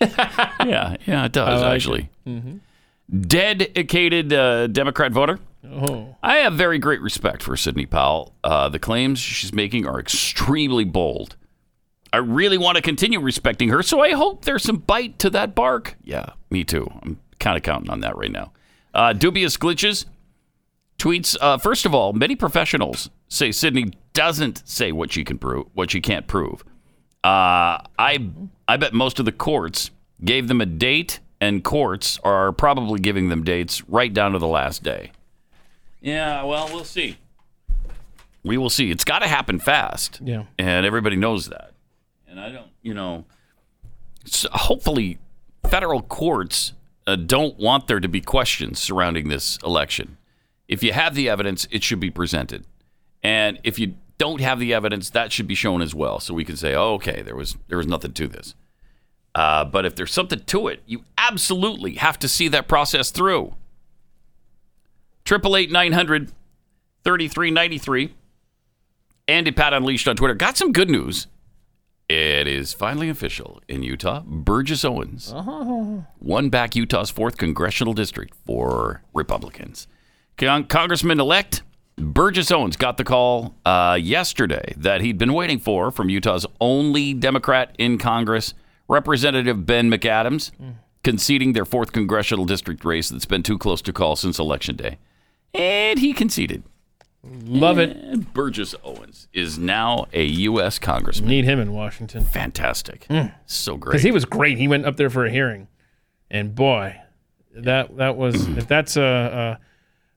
yeah, yeah, it does
I like
actually.
Mm-hmm.
Dedicated uh, Democrat voter.
Oh.
I have very great respect for Sidney Powell. Uh, the claims she's making are extremely bold. I really want to continue respecting her, so I hope there's some bite to that bark. Yeah, me too. I'm kind of counting on that right now. Uh, dubious glitches tweets. Uh, first of all, many professionals say Sydney doesn't say what she can prove, what she can't prove. Uh, I I bet most of the courts gave them a date, and courts are probably giving them dates right down to the last day. Yeah, well, we'll see. We will see. It's got to happen fast.
Yeah.
and everybody knows that. And I don't, you know, so hopefully, federal courts uh, don't want there to be questions surrounding this election. If you have the evidence, it should be presented. And if you don't have the evidence, that should be shown as well, so we can say, oh, okay, there was there was nothing to this. Uh, but if there's something to it, you absolutely have to see that process through. Triple eight nine hundred thirty three ninety three. Andy Pat Unleashed on Twitter got some good news. It is finally official in Utah. Burgess Owens
Oh.
won back Utah's fourth congressional district for Republicans. Con- Congressman-elect Burgess Owens got the call uh, yesterday that he'd been waiting for from Utah's only Democrat in Congress, Representative Ben McAdams, conceding their fourth congressional district race that's been too close to call since Election Day. And he conceded.
Love it.
And Burgess Owens is now a U.S. Congressman.
Need him in Washington.
Fantastic. So great.
Because he was great. He went up there for a hearing, and boy, that that was if that's a,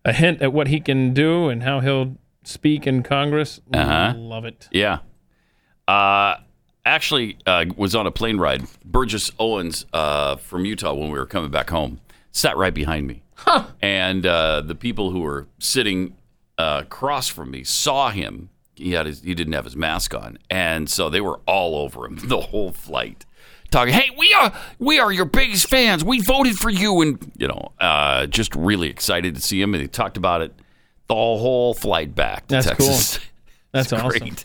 a a hint at what he can do and how he'll speak in Congress.
Uh-huh.
Love it.
Yeah. Uh, actually, uh, was on a plane ride. Burgess Owens uh, from Utah when we were coming back home sat right behind me, and uh, the people who were sitting uh, across from me saw him. He had his, he didn't have his mask on, and so they were all over him the whole flight, talking. Hey, we are we are your biggest fans. We voted for you, and you know, uh, just really excited to see him. And he talked about it the whole flight back to
That's
Texas.
cool. That's
It's
awesome.
great.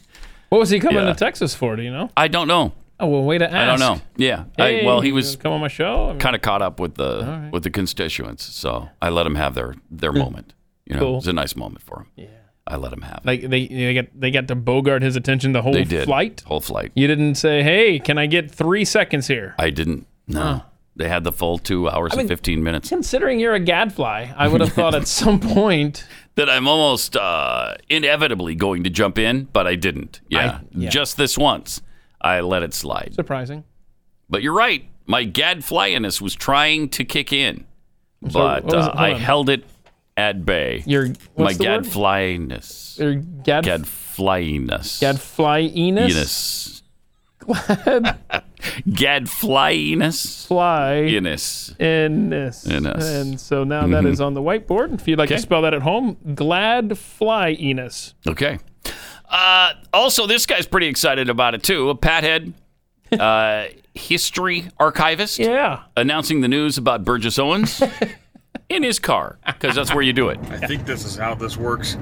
What was he coming
Yeah.
to Texas for? Do you know?
I don't know.
Oh well, way to ask.
I don't know. Yeah. I,
Hey,
well, he
you
was
wanna come on my show. I mean,
kind of caught up with the
All right.
with the constituents, so I let him have their their moment. You know,
Cool.
it was a nice moment for him. Yeah. I let him have it.
like they they got they got to bogart his attention the whole
they did
flight.
whole flight.
You didn't say, "Hey, can I get three seconds here?"
I didn't. No. They had the full two hours
I
and
mean-
fifteen minutes.
Considering you're a gadfly, I would have thought at some point
That I'm almost uh, inevitably going to jump in, but I didn't. Yeah.
yeah.
Just this once, I let it slide.
surprising.
But you're right. My gadflyiness was trying to kick in,
sorry,
but
what was
uh,
it? Hold
I
on.
held it at bay.
Your
my
what's the word?
gadflyiness.
Or gad
Gadflyiness. Gadflyiness.
gadflyiness. Glad
Gadflyiness.
fly
Inus.
inness.
Inness.
And so now that
Mhm.
is on the whiteboard. If you'd like
Okay.
to spell that at home, glad fly enus.
Okay. Uh, also, this guy's pretty excited about it too. A pathead, uh, history archivist.
Yeah.
Announcing the news about Burgess Owens in his car because that's where you do it.
I think this is how this works.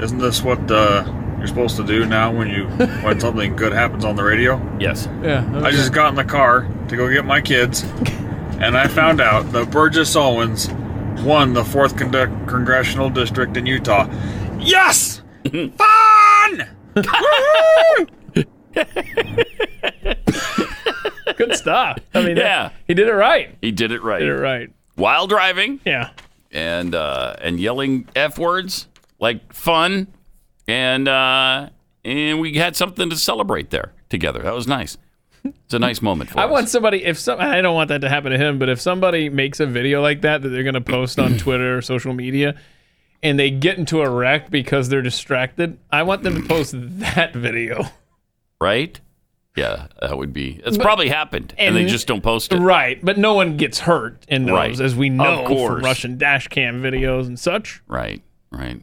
Isn't this what uh, you're supposed to do now when you when something good happens on the radio?
Yes.
Yeah.
I just got in the car to go get my kids, and I found out that Burgess Owens won the fourth con- congressional district in Utah. Yes, fun. Woo!
Good stuff. I mean, that-
Yeah.
he did it right.
He did it right.
Did it right.
While driving.
Yeah.
and uh, and yelling f words like fun, and uh, and we had something to celebrate there together. That was nice. It's a nice moment for
I
us.
want somebody if some I don't want that to happen to him, but if somebody makes a video like that that they're gonna post on Twitter or social media and they get into a wreck because they're distracted, I want them to post that video.
right? Yeah, that would be. It's
But-
probably happened, and, they
and-
just don't post it.
Right, but no one gets hurt in those,
Right.
as we
Of
know from
course.
Russian dash cam videos and such.
Right, right.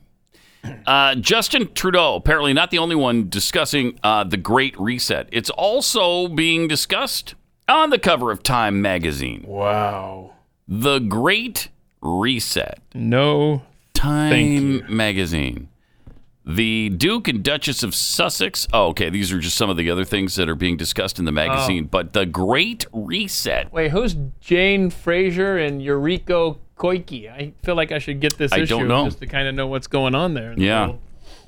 Uh, Justin Trudeau apparently not the only one discussing uh, the Great Reset. It's also being discussed on the cover of Time magazine.
Wow.
The Great Reset.
No.
Time magazine. The Duke and Duchess of Sussex. Oh, okay. These are just some of the other things that are being discussed in the magazine. But the Great Reset.
Wait, who's Jane Fraser and Yuriko Koike? I feel like I should get this
I
issue
don't know.
just to kind of know what's going on there.
Yeah.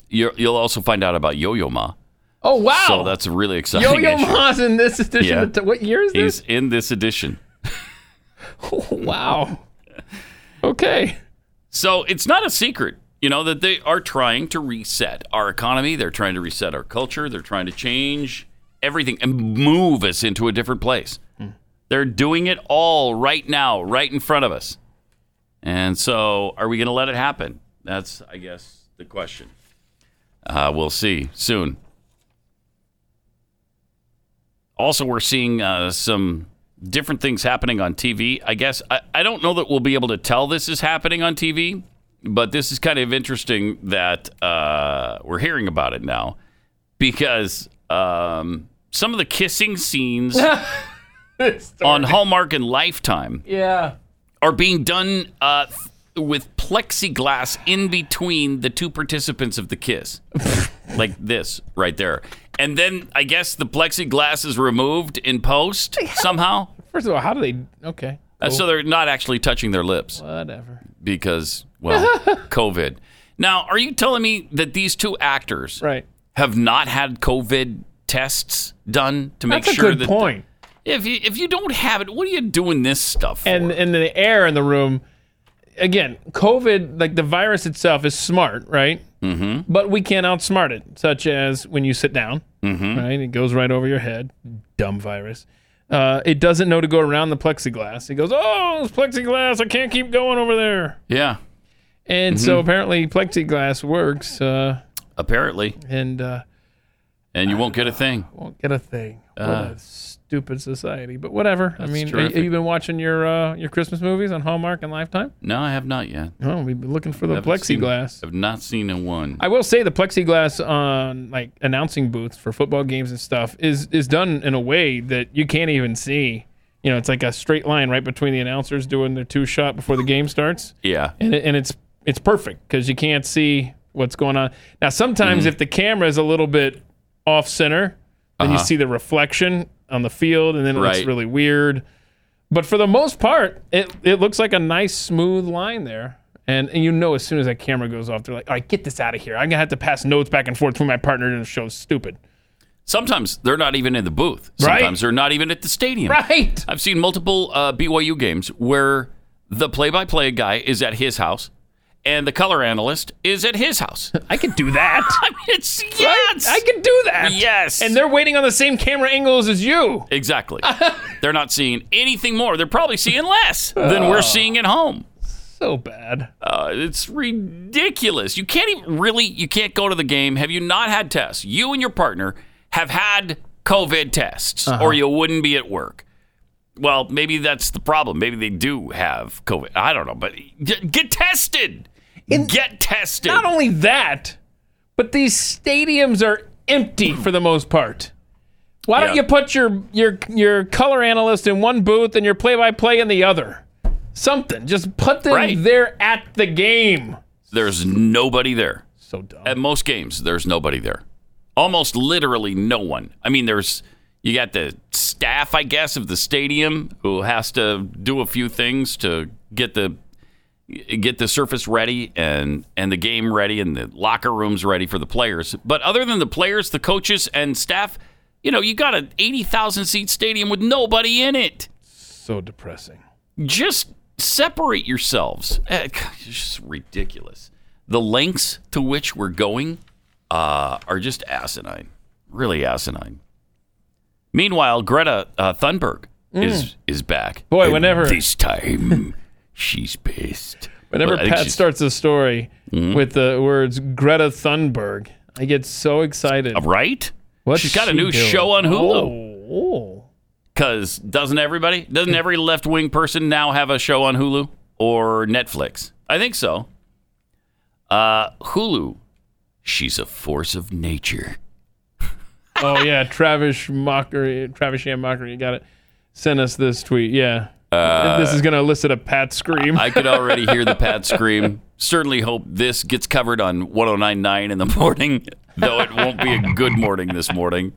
You're, you'll also find out about Yo Yo Ma.
Oh wow.
So that's a really exciting.
Yo Yo
issue.
Ma's in this edition.
Yeah.
of t- what year is this?
He's in this edition.
wow. Okay.
So it's not a secret. You know that they are trying to reset our economy. They're trying to reset our culture. They're trying to change everything and move us into a different place. They're doing it all right now, right in front of us. And so, are we going to let it happen? That's, I guess, the question. Uh, we'll see soon. Also, we're seeing uh, some different things happening on TV. I guess I, I don't know that we'll be able to tell this is happening on TV, but this is kind of interesting that uh, we're hearing about it now because um, some of the kissing scenes on Hallmark and Lifetime
Yeah.
are being done uh, th- with plexiglass in between the two participants of the kiss, like this right there. And then I guess the plexiglass is removed in post somehow.
First of all, how do they? Okay.
Uh, so they're not actually touching their lips.
Whatever.
Because, well, COVID. Now, are you telling me that these two actors
right.
have not had COVID tests done to make
That's a
sure
good
that
point.
if you if you don't have it, what are you doing this stuff?
and and the air in the room again covid like the virus itself is smart right
Mm-hmm.
but we can't outsmart it such as when you sit down
Mhm.
right it goes right over your head dumb virus uh, it doesn't know to go around the plexiglass it goes oh it's plexiglass i can't keep going over there
Yeah.
and so
Mhm.
apparently plexiglass works uh,
Apparently,
and uh,
and you won't get a thing.
won't get a thing what
Uh.
a stupid society but whatever i
That's
mean have
terrific.
you been watching your uh, your christmas movies on hallmark and lifetime
No, I have not yet.
Oh, we've been looking for the
Haven't seen-
plexiglass.
I've not seen a one.
I will say the plexiglass on like announcing booths for football games and stuff is is done in a way that you can't even see. You know, it's like a straight line right between the announcers doing their two shot before the game starts,
Yeah.
and it, and it's it's perfect because you can't see what's going on. Now, sometimes if the camera is a little bit off center, then you
Uh-huh.
see the reflection on the field, and then it
Right.
looks really weird. But for the most part, it it looks like a nice smooth line there. And, and you know, as soon as that camera goes off, they're like, all right, get this out of here. I'm going to have to pass notes back and forth between my partner and the show. Stupid.
Sometimes they're not even in the booth.
Right.
Sometimes they're not even at the stadium.
Right.
I've seen multiple uh, BYU games where the play-by-play guy is at his house and the color analyst is at his house.
I could do that.
I mean, it's yes.
I could do that.
Yes.
And they're waiting on the same camera angles as you.
Exactly. they're not seeing anything more. They're probably seeing less than
Oh.
we're seeing at home.
So bad.
Uh, it's ridiculous. You can't even really. You can't go to the game. Have you not had tests? You and your partner have had COVID tests,
Uh-huh.
or you wouldn't be at work. Well, maybe that's the problem. Maybe they do have COVID. I don't know, but get get tested. get tested.
Not only that, but these stadiums are empty for the most part. Why don't
Yeah.
you put your your your color analyst in one booth and your play-by-play in the other? Something. Just put them
Right.
there at the game.
There's nobody there.
So dumb.
At most games, there's nobody there. Almost literally no one. I mean, there's you got the staff, I guess, of the stadium who has to do a few things to get the get the surface ready and and the game ready and the locker rooms ready for the players. But other than the players, the coaches and staff, you know, you got an 80,000 seat stadium with nobody in it
So depressing.
just separate yourselves. Eh, God, It's just ridiculous. The lengths to which we're going uh, are just asinine, really asinine. Meanwhile, Greta uh, Thunberg is is back.
Mm. Boy,
And
whenever-
this time, she's pissed.
Whenever
But I think
Pat
she's-
starts a story
Mhm.
with the words Greta Thunberg, I get so excited.
Uh, right?
What's
she's got a
she
new
doing?
show on Hulu.
Oh,
Because doesn't everybody, doesn't every left wing person now have a show on Hulu or Netflix? I think so. Uh, Hulu, she's a force of nature.
oh yeah, Travis Mockery, Travis Sham Mockery, got it. Sent us this tweet. Yeah,
Uh,
this is gonna elicit a Pat scream.
I could already hear the Pat scream. Certainly hope this gets covered on 1099 in the morning, though it won't be a good morning this morning.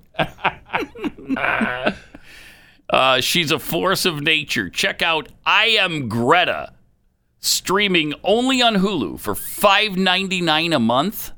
Uh, she's a force of nature. Check out I Am Greta, streaming only on Hulu for $5.99 a month.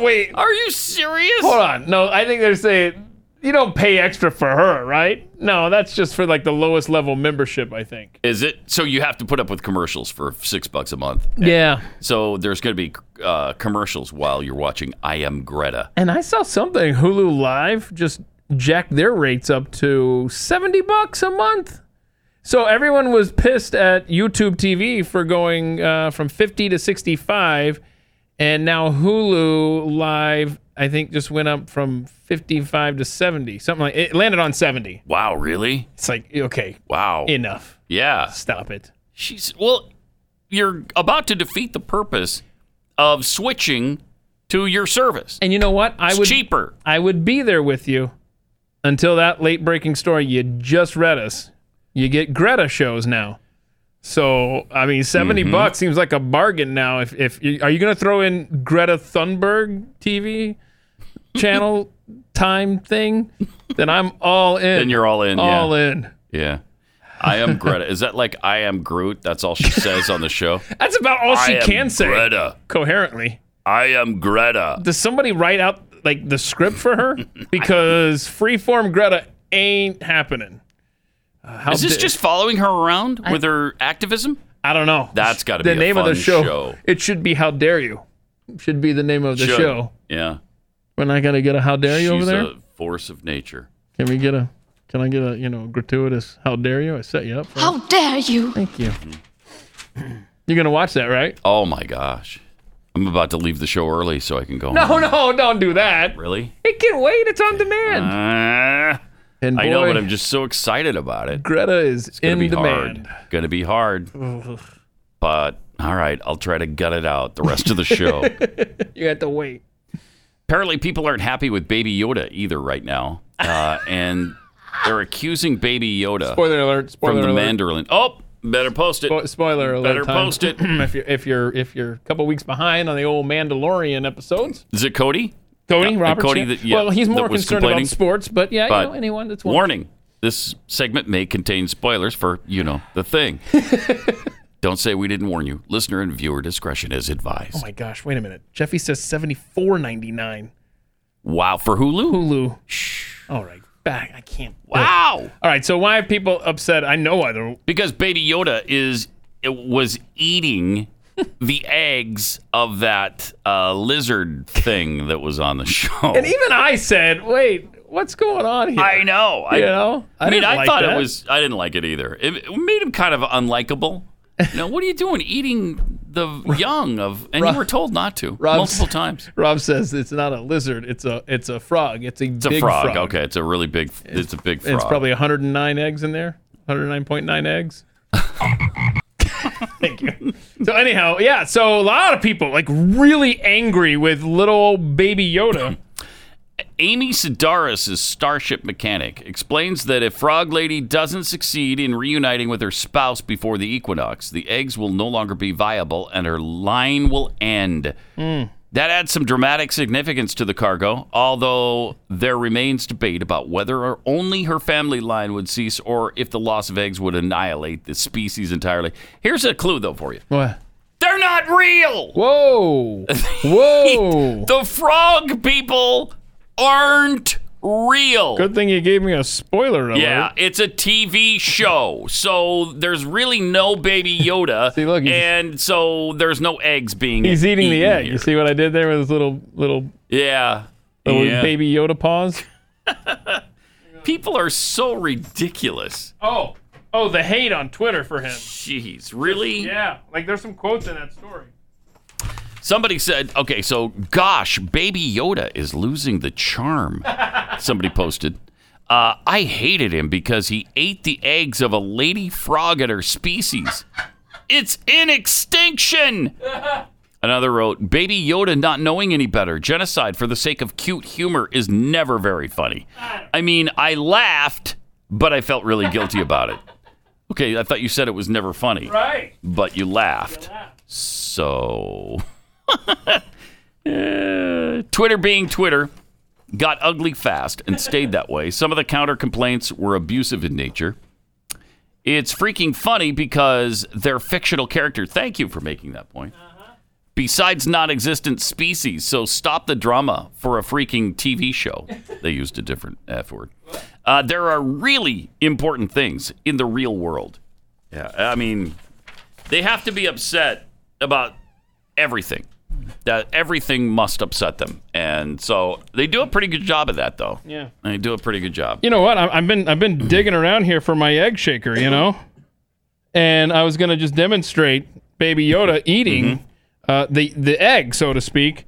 Wait,
are you serious?
Hold on. No, I think they're saying you don't pay extra for her, right? No, that's just for like the lowest level membership, I think.
Is it so you have to put up with commercials for six bucks a month?
Yeah.
So there's going to be uh, commercials while you're watching I Am Greta.
And I saw something Hulu Live just jacked their rates up to 70 bucks a month. So everyone was pissed at YouTube TV for going uh, from 50 to 65 and now Hulu Live I think just went up from 55 to 70. Something like it landed on 70.
Wow, really?
It's like okay,
Wow.
enough.
Yeah.
Stop it.
She's well, you're about to defeat the purpose of switching to your service.
And you know what? I
It's
would
cheaper.
I would be there with you until that late breaking story you just read us. You get Greta shows now. So I mean, 70
Mhm.
bucks seems like a bargain now. If if you, are you going to throw in Greta Thunberg TV channel time thing, then I'm all in.
Then you're all in, yeah.
All in.
Yeah. I am Greta. Is that like I am Groot? That's all she says on the show.
That's about all she
I am
can say
Greta.
coherently.
I am Greta.
Does somebody write out like the script for her? Because freeform Greta ain't happening. Uh, how
Is this
da-
just following her around with her activism?
I don't know.
That's got to be
the
a
name of the
fun
show. It should be How Dare You. Should be the name of the
Should.
show.
Yeah.
We're not gonna get a How Dare You
She's
over there.
a force of nature.
Can we get a? Can I get a you know gratuitous How Dare You? I set you up. For
How dare you?
Thank you. You're gonna watch that, right?
Oh my gosh. I'm about to leave the show early so I can go
No,
home.
no, don't do that.
Really?
It can wait. It's on demand.
Ah. I know,
boy-
but I'm just so excited about it.
Greta is
It's gonna
in
be
demand.
hard. Gonna be hard.
Ugh.
But all right, I'll try to gut it out the rest of the show.
you have to wait.
Apparently, people aren't happy with Baby Yoda either right now, uh, and they're accusing Baby Yoda
Spoiler alert. Spoiler
from the
alert.
Mandarin. Oh, better post it.
Spo- spoiler alert.
Better
time.
post it.
if you're if you're if you're a couple weeks behind on the old Mandalorian episodes.
Is it Cody?
Cody
Yeah,
Roberts.
Cody
yeah.
that- yeah,
well, he's
that
more
was
concerned about
complaining.
sports, but yeah,
But
you know, anyone that's
warning: this segment may contain spoilers for you know the thing. Don't say we didn't warn you. Listener and viewer discretion is advised.
Oh my gosh! Wait a minute. Jeffy says seventy four ninety nine.
Wow, for Hulu?
Hulu. All right, back. I can't.
Wow.
All right. So why are people upset? I know why they're.
Because Baby Yoda is it was eating the eggs of that uh, lizard thing that was on the show.
And even I said, wait, what's going on here?
I know. I
you know.
I, mean,
didn't
I
like
thought
that.
it was. I didn't like it either. It, it made him kind of unlikable. You know, what are you doing eating the young of? And
Rob-
you were told not to
Rob-
multiple times.
Rob says it's not a lizard. It's a it's a frog. It's a
It's a
big
frog.
frog.
Okay, it's a really big. It's a big frog.
It's probably 109 eggs in there. 109.9 eggs. Thank you. So anyhow, yeah. So a lot of people like really angry with little old baby Yoda.
Amy Sedaris' Starship Mechanic explains that if Frog Lady doesn't succeed in reuniting with her spouse before the equinox, the eggs will no longer be viable and her line will end. That adds some dramatic significance to the cargo, although there remains debate about whether or only her family line would cease or if the loss of eggs would annihilate the species entirely. Here's a clue, though, for you
What?
they're not real!
Whoa! Whoa!
The frog people aren't real.
Good thing you gave me a spoiler alert.
Yeah, it's a TV show, so there's really no Baby Yoda,
See, look, he's-
and so there's no eggs being.
He's eating the
eaten
egg. You see what I did there with his little little,
here. Yeah,
little
yeah.
baby Yoda paws?
People are so ridiculous.
Oh, oh, the hate on Twitter for him.
Jeez, really?
Yeah, like there's some quotes in that story.
Somebody said, okay, so gosh, Baby Yoda is losing the charm. Somebody posted. Uh, I hated him because he ate the eggs of a lady frog and her species. It's in extinction. Another wrote, Baby Yoda not knowing any better. Genocide for the sake of cute humor is never very funny. I mean, I laughed, but I felt really guilty about it. Okay, I thought you said it was never funny.
Right.
But you laughed. So. Eh, Twitter being Twitter got ugly fast and stayed that way. Some of the counter complaints were abusive in nature. It's freaking funny because they're fictional characters. Thank you for making that point. besides non existent species. So stop the drama for a freaking TV show. They used a different F word. Uh, there are really important things in the real world. Yeah. I mean, they have to be upset about everything. That everything must upset them. And so they do a pretty good job of that, though.
Yeah.
They do a pretty good job.
You know what? I- I've been I've been digging around here for my egg shaker, you know, and I was gonna just demonstrate Baby Yoda eating
Mm-hmm.
uh, the the egg, so to speak.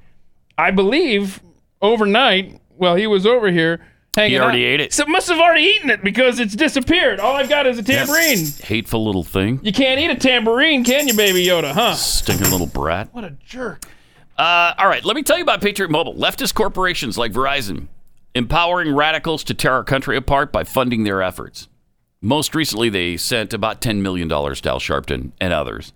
I believe overnight, while he was over here hanging,
already
out,
ate it.
So must have already eaten it because it's disappeared. All I've got is a tambourine.
Hateful little thing.
You can't eat a tambourine, can you, Baby Yoda? Huh?
Stinking little brat.
What a jerk.
Uh, all right, let me tell you about Patriot Mobile. Leftist corporations like Verizon empowering radicals to tear our country apart by funding their efforts. Most recently, they sent about $10 million to Al Sharpton and others.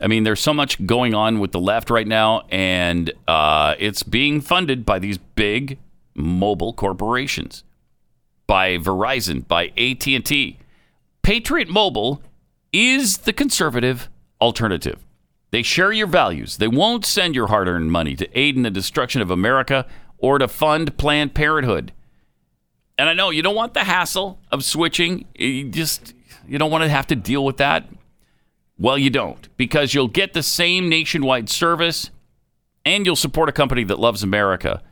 I mean, there's so much going on with the left right now, and uh, it's being funded by these big mobile corporations, by Verizon, by AT&T. Patriot Mobile is the conservative alternative. They share your values. They won't send your hard-earned money to aid in the destruction of America or to fund Planned Parenthood. And I know you don't want the hassle of switching. You just you don't want to have to deal with that. Well, you don't, because you'll get the same nationwide service and you'll support a company that loves America.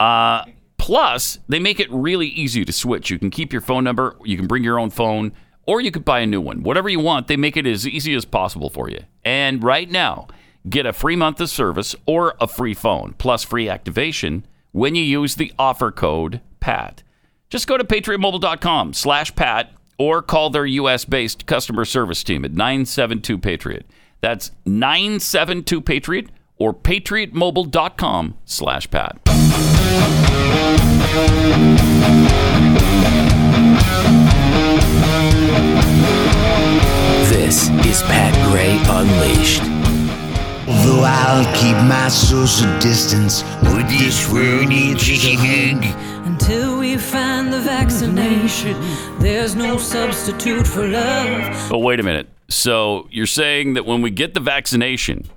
Uh, plus, they make it really easy to switch. You can keep your phone number, you can bring your own phone, or you could buy a new one. Whatever you want, they make it as easy as possible for you. And right now, get a free month of service or a free phone, plus free activation when you use the offer code PAT. Just go to patriotmobile.com slash Pat or call their U.S. based customer service team at 972 Patriot. That's 972 Patriot or patriotmobile.com slash Pat.
This is Pat Gray Unleashed.
Though I'll keep my social distance, would this world need a hug?
Until we find the vaccination, there's no substitute for love.
But wait a minute. So you're saying that when we get the vaccination,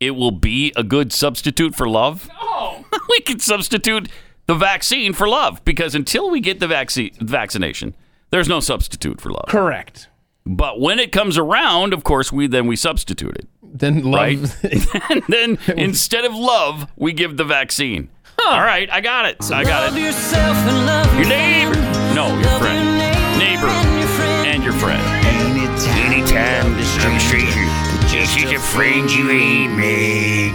it will be a good substitute for love? No. we can substitute the vaccine for love because until we get the vaccine vaccination, there's no substitute for love.
Correct.
But when it comes around, of course, we then we substitute it.
Then love.
and then instead of love, we give the vaccine. All right, I got it. I got
Love
it.
yourself and love
Your neighbor. No, your friend. Neighbor. And your friend.
Anytime the some stranger, just a friend you ain't made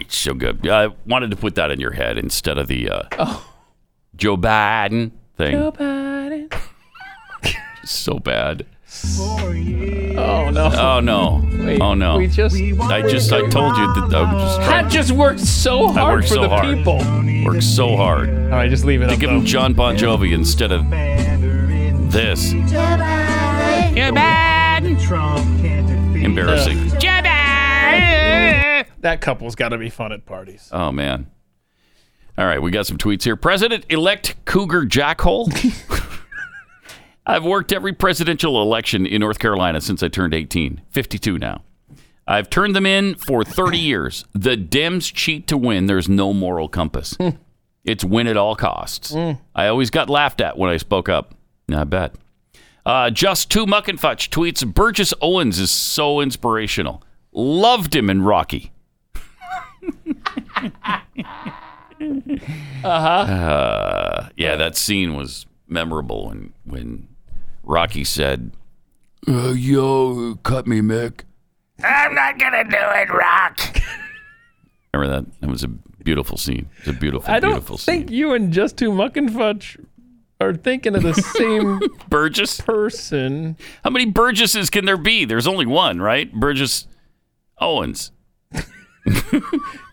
It's so good. I wanted to put that in your head instead of the uh, Joe Biden thing.
Nobody.
So bad.
Oh no.
Oh no.
Wait,
oh no.
we just-
I just. I told you that I was just.
Pat just worked so
I
hard
worked
for
so
the
hard.
people.
Worked so hard. All
right, just leave it.
They give him John Bon Jovi instead of this.
You're
bad. Embarrassing.
That couple's got to be fun at parties.
Oh man. All right, we got some tweets here. President elect Cougar Jackhole. I've worked every presidential election in North Carolina since I turned 18, 52 now. I've turned them in for 30 years. The Dems cheat to win. There's no moral compass. it's win at all costs. I always got laughed at when I spoke up. I bet. Uh, Just Too Muck and Fudge tweets Burgess Owens is so inspirational. Loved him in Rocky. Uh-huh.
Uh huh.
Uh, yeah, that scene was memorable when when Rocky said,
Uh, yo, cut me, Mick.
I'm not gonna do it, Rock.
"Remember that? That was a beautiful scene. It's a beautiful,
I don't
beautiful scene."
think you and Just Too Muck and Fudge are thinking of the same
Burgess
person.
How many Burgesses can there be? There's only one, right? Burgess Owens.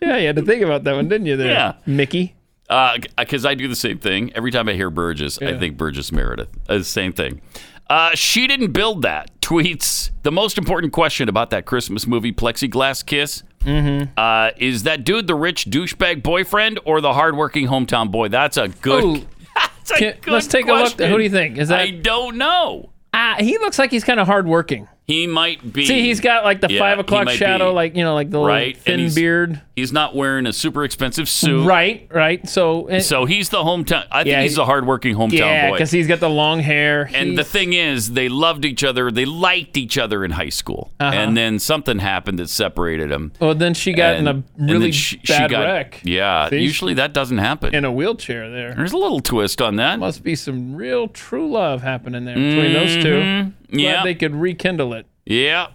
Yeah, you had to think about that one, didn't you? There,
Yeah.
Mickey.
Because Uh, I do the same thing every time I hear Burgess. I think Burgess Meredith. Uh, same thing. Uh, she didn't build that. Tweets the most important question about that Christmas movie, Plexiglass Kiss.
Mm-hmm.
Uh, is that dude the rich douchebag boyfriend or the hardworking hometown boy? That's a good.
Ooh.
That's a
Can- let's
good
take a look.
question.
Who do you think? Is Oh, that-
I don't know.
Ah, he looks like he's kind of hardworking.
He might be.
See, he's got like the
Yeah,
five
he
o'clock
might
shadow,
be.
like you know, like the little
right? And
thin
he's-
beard.
He's not wearing a super expensive suit.
Right, right. So, eh,
So he's the hometown. I think
Yeah,
he's
he-
a hardworking hometown
yeah,
boy.
because he's got the long hair.
and the
He's-
thing is, they loved each other. They liked each other in high school,
Uh-huh.
and then something happened that separated them.
well, then she got
and,
in
and
a
then
really
she- she
bad
got-
wreck
Yeah,
See?
usually that doesn't happen.
in a wheelchair. There
There's a little twist on that.
must be some real true love happening there between those
Mhm.
two. Glad
Yeah.
they could rekindle it.
Yeah,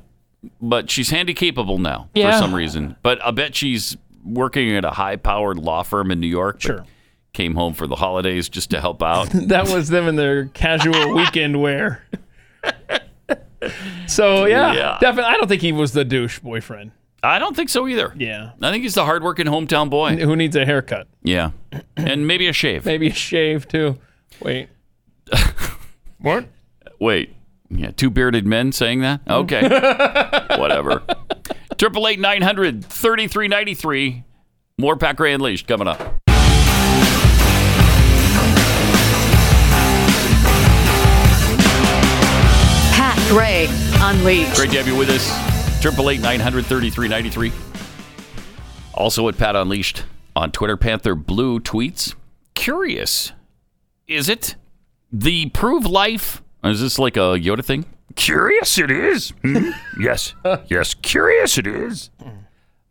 but she's handy capable now for
Yeah.
some reason. But I bet she's working at a high powered law firm in New York. but
Sure.
Came home for the holidays just to help out.
that was them in their casual weekend wear. so yeah,
Yeah.
definitely. I don't think he was the douche boyfriend.
I don't think so either.
Yeah,
I think he's the hardworking hometown boy.
who needs a haircut?
Yeah, and maybe a shave.
Maybe a shave too. Wait, what?
Wait, yeah, two bearded men saying that? Okay, whatever. Triple eight nine hundred thirty three ninety three. More Pat Gray Unleashed coming up.
Pat Gray Unleashed.
Great to have you with us. Triple eight nine hundred thirty three ninety three. Also at Pat Unleashed on Twitter, Panther Blue tweets. Curious, is it the Prove Life? Is this like a Yoda thing? Curious it is. Hmm? yes, yes, curious it is.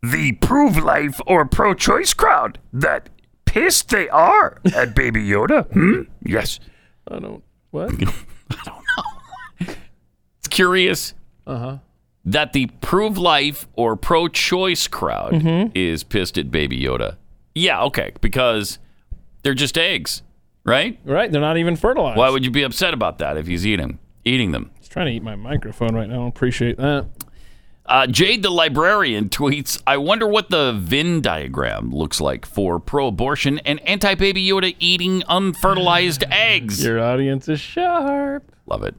The prove life or pro choice crowd that pissed they are at Baby Yoda. Hmm? Yes.
I don't. What?
It's curious
Uh huh.
that the Prove Life or Pro Choice crowd
Mm-hmm.
is pissed at Baby Yoda. Yeah, okay, because they're just eggs, right?
Right. They're not even fertilized.
Why would you be upset about that if he's eating eating them?
He's trying to eat my microphone right now. I don't appreciate that.
Uh, Jade the librarian tweets, "I wonder what the Venn diagram looks like for pro-abortion and anti-baby Yoda eating unfertilized eggs."
Your audience is sharp.
Love it.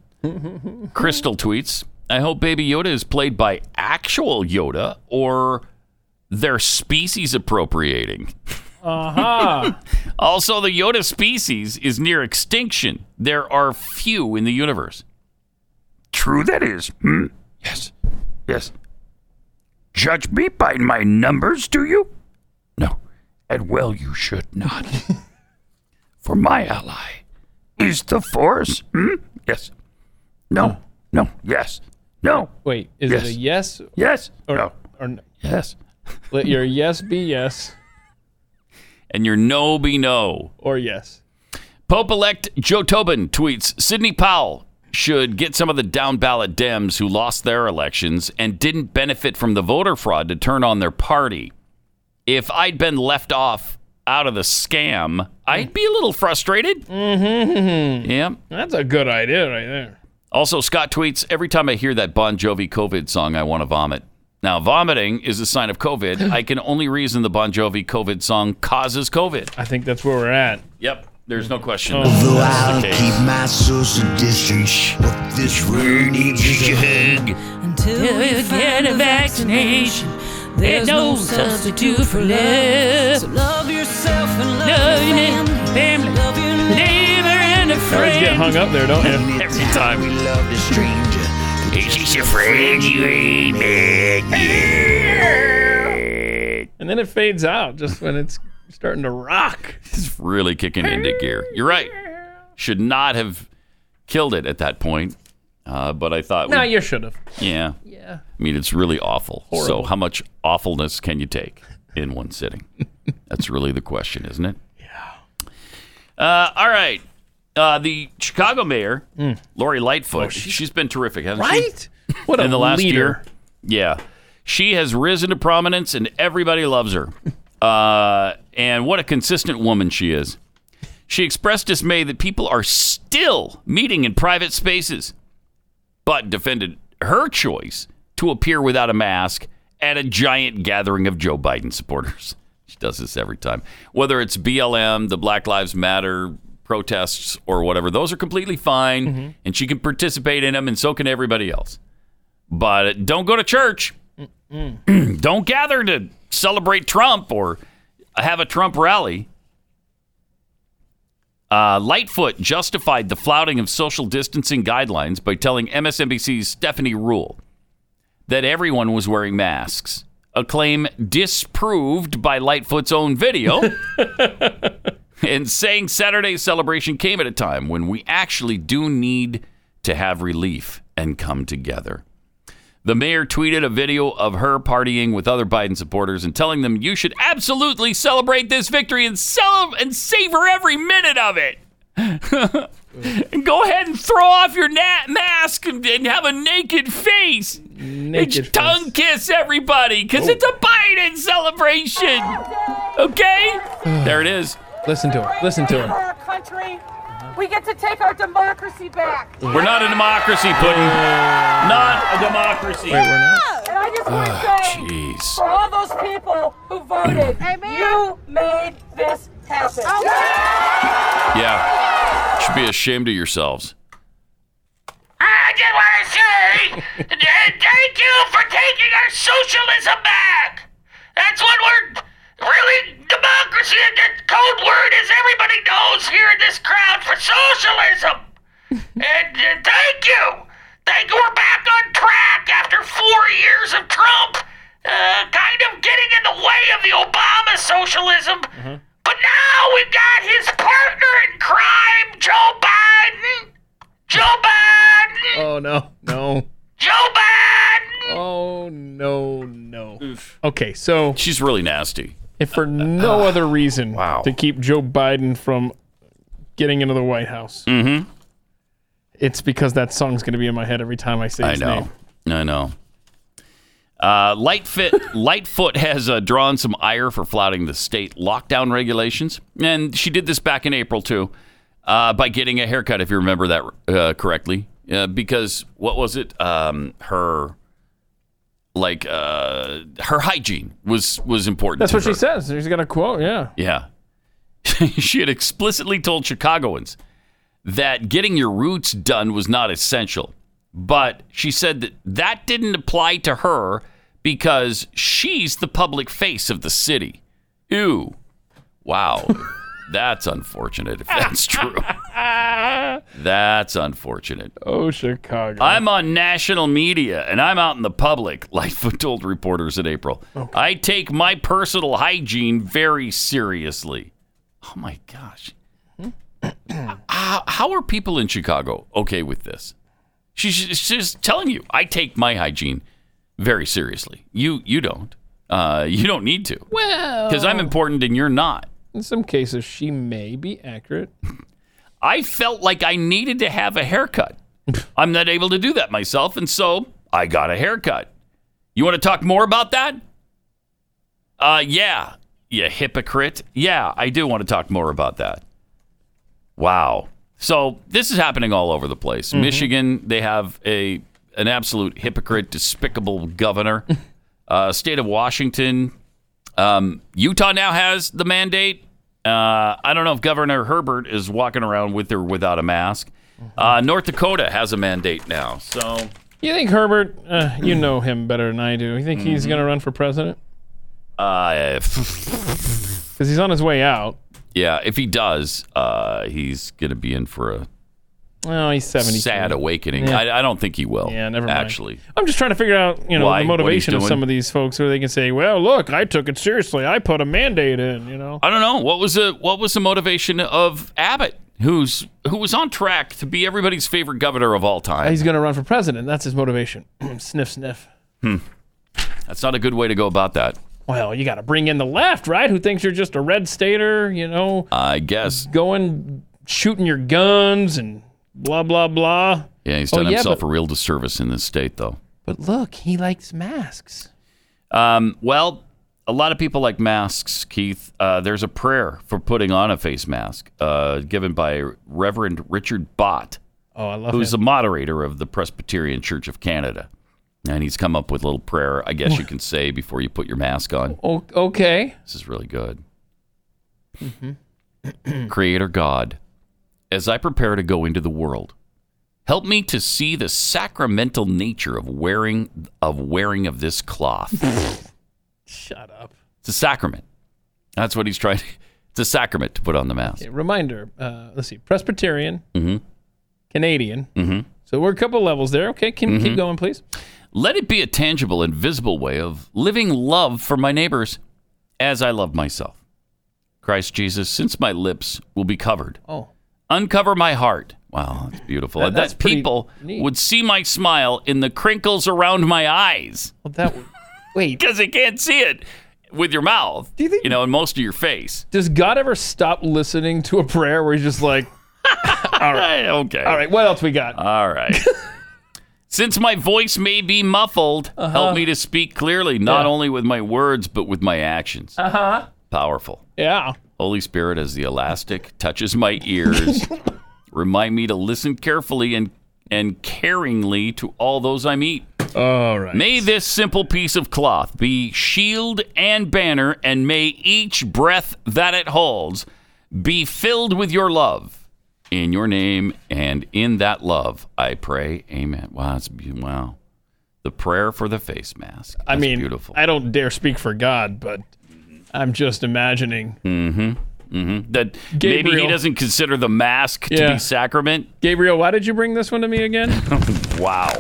Crystal tweets, I hope Baby Yoda is played by actual Yoda or their species appropriating.
Uh huh.
Also, the Yoda species is near extinction. There are few in the universe.
True that is. Hmm? Yes. Yes. Judge me by my numbers, do you? No. And well, you should not. For my ally is the force. Hmm? Yes. No. No. Yes. No.
Wait, is
Yes.
it a yes
Yes.
or
no.
or no?
Yes.
Let your yes be yes
And your no be no.
or yes.
Pope elect Joe Tobin tweets Sidney Powell should get some of the down ballot Dems who lost their elections and didn't benefit from the voter fraud to turn on their party. If I'd been left off out of the scam, I'd be a little frustrated. Mm-hmm. Yeah.
That's a good idea right there.
Also, Scott tweets Every time I hear that Bon Jovi COVID song, I want to vomit. Now, vomiting is a sign of COVID. I can only reason the Bon Jovi COVID song causes COVID.
I think that's where we're at.
Yep. There's no question.
Oh.
that
Though
that's
I'll
the case.
keep my social distance, but this room needs a hug.
Till you get a vaccination, there's no substitute for love. So love yourself and love, your family. Love your neighbor and a
You always get
friend.
hung up there, don't you?
Every time.
We love the stranger. He's just a friend you ain't met yet.
And then it fades out just when it's starting to rock.
It's really kicking into gear. You're right. Should not have killed it at that point. Uh, but I thought, we-
No, you should have.
yeah.
Yeah.
I mean, it's really awful. So,
Horrible.
how much awfulness can you take in one sitting? That's really the question, isn't it? Yeah. Uh, all right. Uh, the Chicago mayor, Lori Lightfoot, she's been terrific, hasn't she?
Mm. Oh, Right? What a
in the last
leader.
year. Yeah. She has risen to prominence and everybody loves her. Uh, and what a consistent woman she is. She expressed dismay that people are still meeting in private spaces, but defended her choice to appear without a mask at a giant gathering of Joe Biden supporters. She does this every time. Whether it's BLM, the Black Lives Matter protests, or whatever, those are completely fine,
Mm-hmm.
and she can participate in them, and so can everybody else but don't go to church. don't gather to celebrate Trump or have a Trump rally. Uh, Lightfoot justified the flouting of social distancing guidelines by telling MSNBC's Stephanie Rule that everyone was wearing masks, a claim disproved by Lightfoot's own video, and saying Saturday's celebration came at a time when we actually do need to have relief and come together. The mayor tweeted a video of her partying with other Biden supporters and telling them you should absolutely celebrate this victory and cel- and savor every minute of it. And go ahead and throw off your na- mask and, and have a naked face.
Naked
and tongue kiss everybody because it's a Biden celebration. Okay? there it is.
Listen to her. Listen to her.
our country. We get to take our democracy back.
We're not a democracy, Puddin. Not a democracy.
And I just want to say,
Jeez.
for all those people who voted, you made this happen.
Yeah. Should be ashamed of yourselves.
I just want to say th- thank you for taking our socialism back. That's what we're really democracy. The code word, as everybody knows here in this crowd, for socialism. and uh, thank you. Thank you. We're back on track after four years of Trump uh, kind of getting in the way of the Obama socialism. But now we've got his partner in crime, Joe Biden. Joe Biden.
Oh no, no.
Joe Biden.
Oh no, no. Okay, so
she's really nasty.
If for no other reason to keep Joe Biden from getting into the White House,
Mm-hmm.
it's because that song's going to be in my head every time I say
I
his
know.
name.
I know. Uh, Lightfoot, Lightfoot has uh, drawn some ire for flouting the state lockdown regulations, and she did this back in April too, uh, by getting a haircut, if you remember that uh, correctly. Uh, because what was it? Um, her like uh, her hygiene was was important.
That's
to
what she
her.
says. She's got a quote. Yeah.
Yeah. she had explicitly told Chicagoans that getting your roots done was not essential. But she said that that didn't apply to her because she's the public face of the city. Ew. Wow. that's unfortunate if that's true. that's unfortunate.
Oh, Chicago.
I'm on national media and I'm out in the public, Lightfoot told reporters in April. I take my personal hygiene very seriously. Oh my gosh. how, how are people in Chicago okay with this? She's just, she's just telling you, I take my hygiene very seriously. You you don't. Uh, you don't need to.
Well,
Because I'm important and you're not.
in some cases she may be accurate.
I felt like I needed to have a haircut. I'm not able to do that myself, and so I got a haircut. You want to talk more about that? Uh, yeah, you hypocrite. Yeah, I do want to talk more about that. Wow. So this is happening all over the place. Michigan, they have a an absolute hypocrite, despicable governor. uh, state of Washington, um, Utah now has the mandate. Uh, I don't know if Governor Herbert is walking around with or without a mask.
Mm-hmm.
Uh, North Dakota has a mandate now. So
You think Herbert? Uh, you know him better than I do. You think he's
Mm-hmm.
going to run for president?
uh,
Because he's on his way out.
yeah, if he does, uh, he's going to be in for a
Well, he's seventy.
sad awakening.
Yeah.
I, I don't think he will. Yeah,
never mind.
Actually,
I'm just trying to figure out, you know,
Why?
the
What he's
motivation of
doing?
some of these folks, where they can say, "Well, look, I took it seriously. I put a mandate in." You know,
I don't know what was the what was the motivation of Abbott, who's who was on track to be everybody's favorite governor of all time.
he's going to run for president. That's his motivation. sniff, sniff.
Hmm. That's not a good way to go about that.
Well, you got to bring in the left, right? Who thinks you're just a red stater? You know,
I guess.
Mm-hmm. going shooting your guns and blah blah blah.
Yeah, he's
Oh,
done
yeah,
himself
but-
a real disservice in this state, though.
But look, he likes masks.
Um, well, a lot of people like masks, Keith. Uh, there's a prayer for putting on a face mask uh, given by Reverend Richard Bott,
Oh, I love
who's
him.
the moderator of the Presbyterian Church of Canada. And he's come up with a little prayer, I guess you can say, before you put your mask on.
O- okay.
This is really good. Creator God, as I prepare to go into the world, help me to see the sacramental nature of wearing of wearing of this cloth.
Shut up.
It's a sacrament. That's what he's trying. It's It's a sacrament to put on the mask.
Okay, reminder. Uh, let's see. Presbyterian,
Mm-hmm.
Canadian.
Mm-hmm.
So we're a couple levels there. Okay, can
Mhm.
keep going, please.
Let it be a tangible and visible way of living love for my neighbors as I love myself. Christ Jesus, since my lips will be covered,
Oh.
uncover my heart. Wow, that's beautiful.
That-
And
that's
that
pretty
people
neat.
would see my smile in the crinkles around my eyes.
Well, that wait,
because they can't see it with your mouth. Do you think you know, and most of your face?
Does God ever stop listening to a prayer where he's just like,
All right, okay.
all right, what else we got?
All right. Since my voice may be muffled, help me to speak clearly, not only with my words, but with my actions.
Uh huh.
Powerful.
Yeah.
Holy Spirit, as the elastic touches my ears, remind me to listen carefully and, and caringly to all those I meet.
All right.
May this simple piece of cloth be shield and banner, and may each breath that it holds be filled with your love. In your name and in that love, I pray. Amen. Wow, it's be- wow. The prayer for the face mask.
I mean, I don't dare speak for God, but I'm just imagining.
Mm-hmm. Mm-hmm. That maybe he
Gabriel.
doesn't consider the mask to
Yeah.
be sacrament.
Gabriel, why did you bring this one to me again?
wow.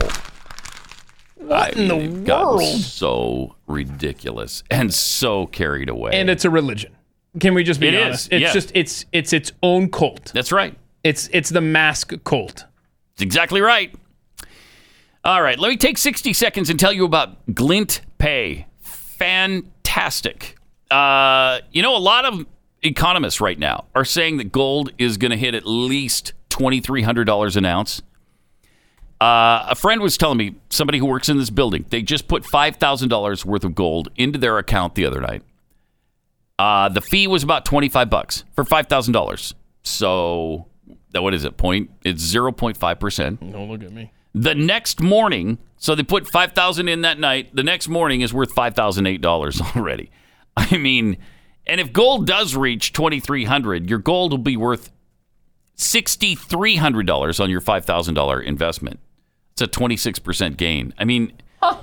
What in the
They've gotten
world?
So ridiculous and so carried away.
And it's a religion. Can we just be
It is,
honest? It's
yeah.
just it's it's its own cult.
That's right.
It's it's the mask cult.
That's exactly right. All right, let me take 60 seconds and tell you about Glint Pay. Fantastic. Uh, you know, a lot of economists right now are saying that gold is going to hit at least $2,300 an ounce. Uh, a friend was telling me somebody who works in this building, they just put $5,000 worth of gold into their account the other night. Uh, the fee was about 25 bucks for $5,000. So, what is it? Point? It's 0.5%.
Don't look at me.
The next morning, so they put five thousand in that night. The next morning is worth five thousand eight dollars already. I mean, and if gold does reach twenty three hundred, your gold will be worth sixty three hundred dollars on your five thousand dollar investment. It's a twenty six percent gain. I mean,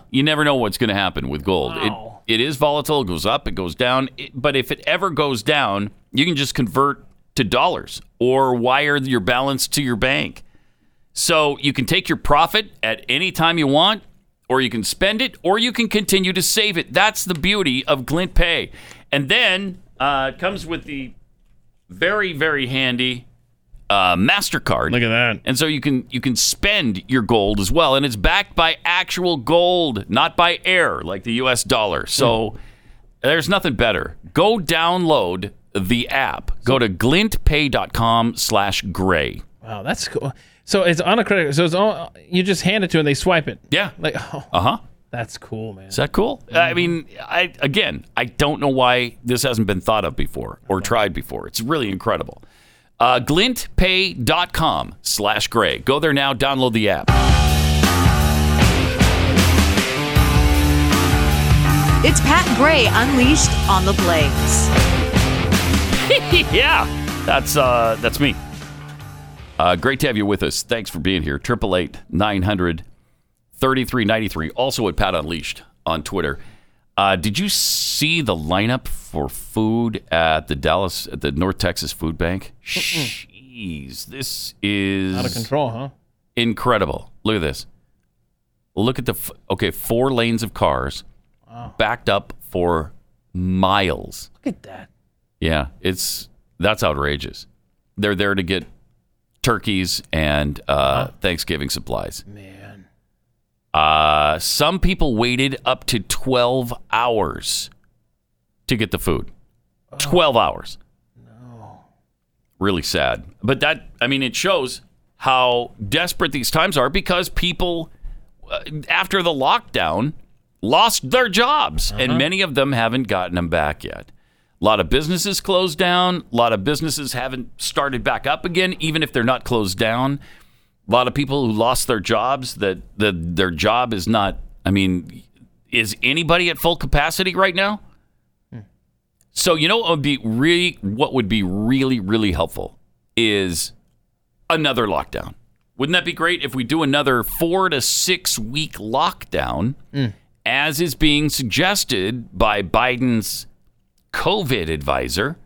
you never know what's going to happen with gold. It it is volatile. It goes up. It goes down. It- but if it ever goes down, you can just convert to dollars or wire your balance to your bank. So you can take your profit at any time you want, or you can spend it, or you can continue to save it. That's the beauty of Glint Pay. And then uh, it comes with the very, very handy uh, Mastercard. Look
at that.
And so you can you can spend your gold as well, and it's backed by actual gold, not by air like the U.S. dollar. So
Hmm.
there's nothing better. Go download the app. Go to glintpay.com/gray.
Wow, that's cool. So it's on a credit. So it's on, you just hand it to 'em and they swipe it.
Yeah.
Like oh,
Uh huh.
that's cool, man.
Is that cool? I mean, I again, I don't know why this hasn't been thought of before or tried before. It's really incredible. Uh, glintpay.com slash gray. Go there now, download the app.
It's Pat Gray unleashed on the Blaze.
yeah, that's uh, that's me. Uh, great to have you with us. Thanks for being here. Triple eight nine hundred thirty three ninety three. Also at Pat Unleashed on Twitter. Uh, did you see the lineup for food at the Dallas at the North Texas Food Bank? Jeez, this is
Out of control, huh?
incredible. Look at this. Look at the f- okay, four lanes of cars
Wow.
backed up for miles.
Look at that.
Yeah, it's that's outrageous. They're there to get turkeys and uh, Thanksgiving supplies. Man. Uh, some people waited up to 12 hours to get the food. 12 hours. No. Really sad. But that, I mean, it shows how desperate these times are because people, uh, after the lockdown, lost their jobs and many of them haven't gotten them back yet. A lot of businesses closed down. A lot of businesses haven't started back up again, even if they're not closed down. A lot of people who lost their jobs that, that their job is not, I mean, is anybody at full capacity right now? So you know what would be really what would be really really helpful is another lockdown. Wouldn't that be great if we do another 4 to 6 week lockdown as is being suggested by Biden's COVID advisor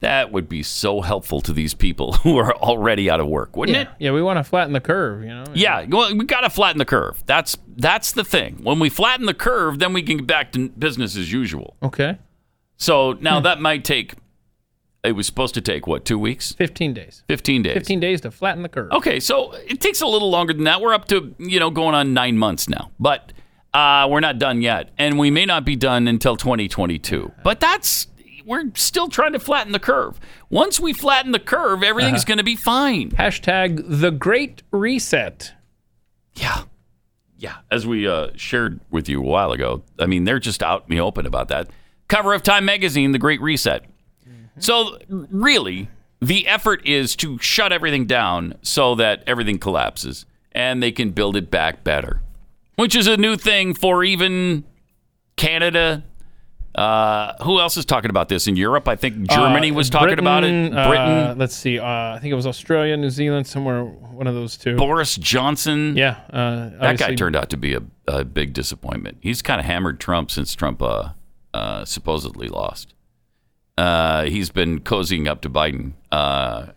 That would be so helpful to these people who are already out of work, wouldn't
yeah.
it?
Yeah, we want to flatten the curve, you know.
Yeah, well, we got to flatten the curve. That's that's the thing. When we flatten the curve, then we can get back to business as usual.
Okay.
So now that might take. It was supposed to take what? Two weeks?
Fifteen days.
Fifteen days.
15 days to flatten the curve.
Okay, so it takes a little longer than that. We're up to you know going on nine months now, but uh, we're not done yet, and we may not be done until 2022. But that's we're still trying to flatten the curve. Once we flatten the curve, everything's going to be fine.
Hashtag the Great Reset.
Yeah, as we uh, shared with you a while ago, I mean they're just out in the open about that. Cover of Time magazine, the Great Reset.
Mm-hmm.
So really, the effort is to shut everything down so that everything collapses and they can build it back better, which is a new thing for even Canada. Uh, who else is talking about this in Europe? I think Germany
Uh,
was talking about it.
Britain, uh,
Britain.
let's see. Uh, I think it was Australia, New Zealand, somewhere one of those two.
Boris Johnson.
Yeah. Uh,
That guy
obviously-
turned out to be a, a big disappointment. He's kind of hammered Trump since Trump uh, uh, supposedly lost. Uh, he's been cozying up to Biden uh,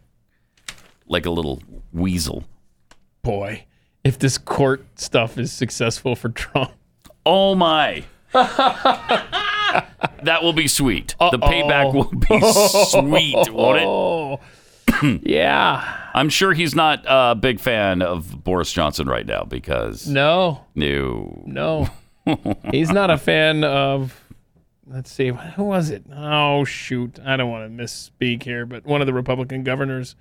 like a little weasel.
Boy, if this court stuff is successful for Trump.
Oh my. That will be sweet. The payback will be sweet, won't it?
Oh. yeah.
I'm sure he's not a big fan of Boris Johnson right now because.
No,
No.
no. He's not a fan of. Let's see. Who was it? Oh, shoot. I don't want to misspeak here, but one of the Republican governors.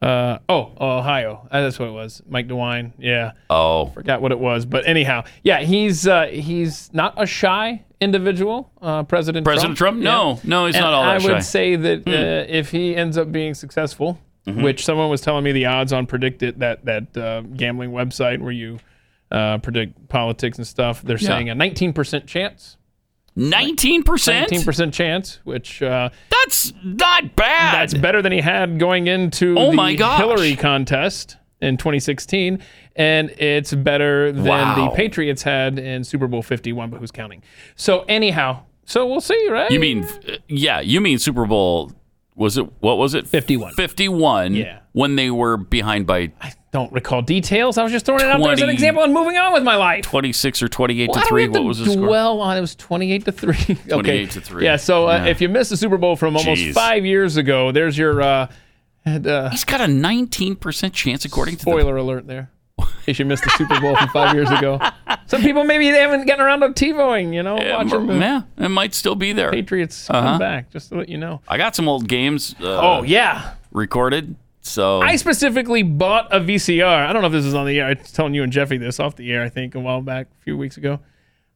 Uh, oh, Ohio. Uh, That's what it was. Mike DeWine. Yeah.
Oh.
Forgot what it was. But anyhow, yeah, he's uh, he's not a shy individual, uh, President
President Trump? No. No, he's
And
not all that
I
shy.
would say that
Hmm.
uh, if he ends up being successful,
Mhm.
which someone was telling me the odds on predicted that that uh, gambling website where you uh, predict politics and stuff, they're
Yeah.
saying a 19% chance.
19%?
19% chance, which uh,
That's not bad.
That's better than he had going into
Oh
the
my gosh.
Hillary contest in 2016, and it's better than
Wow.
the Patriots had in Super Bowl 51. But who's counting? So anyhow, so we'll see, right?
You mean, uh, yeah, you mean Super Bowl. Was it, what was it? 51. 51.
Yeah.
When they were behind by
Don't recall details. I was just throwing it out there as an
20
example and moving on with my life.
26 or 28
Why
to
do
3.
we have to
What was the score?
dwell on it was 28 to 3. okay.
28 to 3.
Yeah, so uh,
Yeah.
if you missed the Super Bowl from almost
Jeez.
5 years ago, there's your uh, and, uh,
He's got a 19% chance according to the
spoiler alert there. In case you missed the Super Bowl from 5 years ago. Some people maybe they haven't gotten around to TiVoing, you know, watching the
yeah, it might still be there.
Patriots
Uh-huh.
come back, just to let you know.
I got some old games. Uh,
Oh, yeah.
recorded. So
I specifically bought a VCR. I don't know if this is on the air. I was telling you and Jeffy this off the air, I think, a while back, a few weeks ago.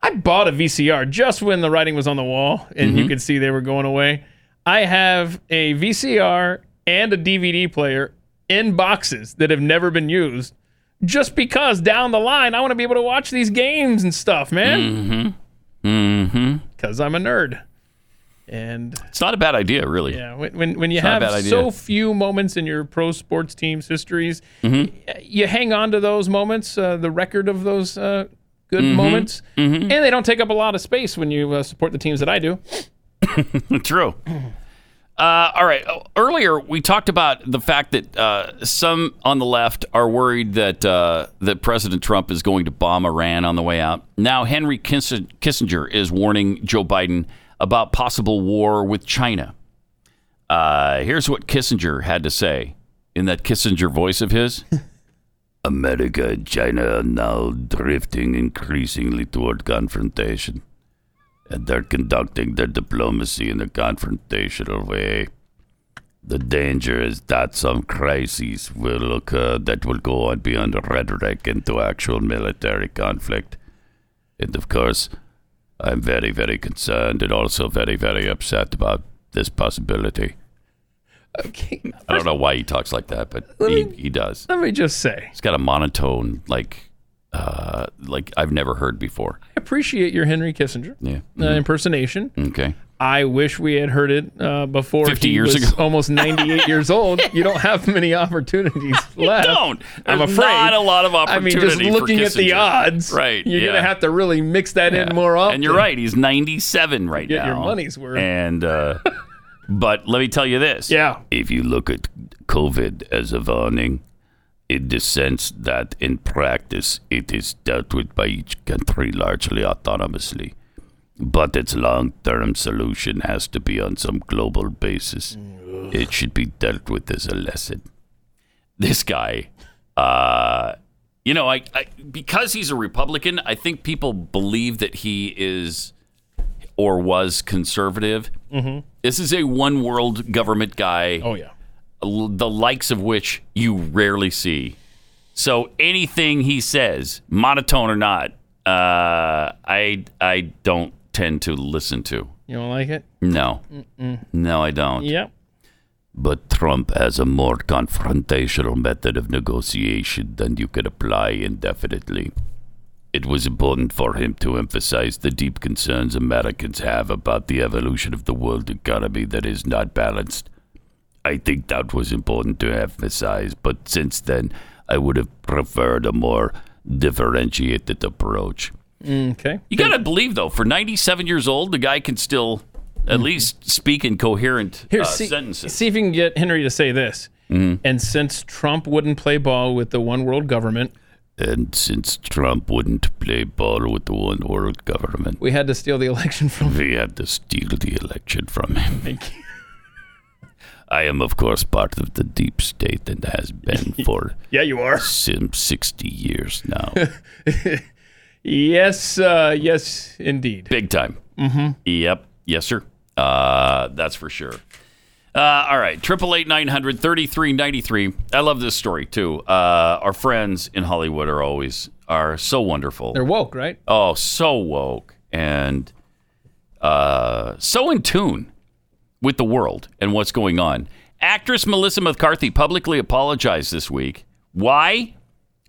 I bought a VCR just when the writing was on the wall and you
Mhm.
could see they were going away. I have a VCR and a DVD player in boxes that have never been used just because down the line I want to be able to watch these games and stuff, man.
mm-hmm. Mm-hmm.
Because I'm a nerd. And
It's not a bad idea, really.
yeah, when, when, when you
It's not a bad
have
idea.
so few moments in your pro sports team's histories,
Mhm.
you hang on to those moments, uh, the record of those uh, good
Mhm.
moments, and they don't take up a lot of space when you uh, support the teams that I do.
True. Uh, all right. Oh, Earlier, we talked about the fact that uh, some on the left are worried that uh, that President Trump is going to bomb Iran on the way out. Now, Henry Kiss- Kissinger is warning Joe Biden about possible war with China. Uh, here's what Kissinger had to say in that Kissinger voice of his.
America and China are now drifting increasingly toward confrontation, and they're conducting their diplomacy in a confrontational way. The danger is that some crises will occur that will go on beyond rhetoric into actual military conflict. And of course, I'm very, very concerned and also very, very upset about this possibility.
Okay.
I don't know why he talks like that, but he, he does.
Let me just say,
He's got a monotone like uh, like I've never heard before.
I appreciate your Henry Kissinger
Yeah. Mm-hmm.
uh, impersonation.
Okay.
I wish we had heard it uh, before
50
he
years
was
ago.
almost 98 years old. You don't have many opportunities left.
don't.
I'm
There's
afraid.
not a lot of
I mean, just
opportunity for
looking at the
Kissinger.
odds,
Right,
You're
yeah.
gonna have to really mix that in more often.
And you're right. He's 97 right
Get
now.
your money's worth.
And uh, But let me tell you this.
Yeah.
If you look at COVID as a warning, in the sense that in practice it is dealt with by each country largely autonomously, but its long term solution has to be on some global basis.
Mm,
It should be dealt with as a lesson. This guy, uh, you know, I, I because he's a Republican, I think people believe that he is or was conservative.
Mhm.
This is a one world government guy.
Oh, yeah.
l- The likes of which you rarely see. So anything he says, monotone or not, uh, I I don't tend to listen to.
You don't like it?
No,
Mm-mm.
no, I don't.
Yep.
But Trump has a more confrontational method of negotiation than you could apply indefinitely.
It was important for him to emphasize the deep concerns Americans have about the evolution of the world economy that is not balanced.
I think that was important to emphasize, but since then, I would have preferred a more differentiated approach.
Okay.
You got to believe, though, for 97 years old, the guy can still at least speak in coherent
Mm-hmm. Here,
uh,
see,
sentences.
see if you can get Henry to say this.
Mhm.
Mm-hmm.
And since Trump wouldn't play ball with the one world government,
And since Trump wouldn't play ball with the one world government,
we had to steal the election from
we had to steal the election from him. I am, of course, part of the deep state and has been for
Yeah, you are.
some 60 years now.
yes, uh, yes, indeed.
Big time.
Mhm.
Yep. Yes, sir. Uh, that's for sure. Uh, all right. Triple eight nine hundred thirty three ninety three. I love this story too. Uh, our friends in Hollywood are always are so wonderful.
They're woke, right?
Oh, so woke and uh, so in tune with the world and what's going on. Actress Melissa McCarthy publicly apologized this week. Why?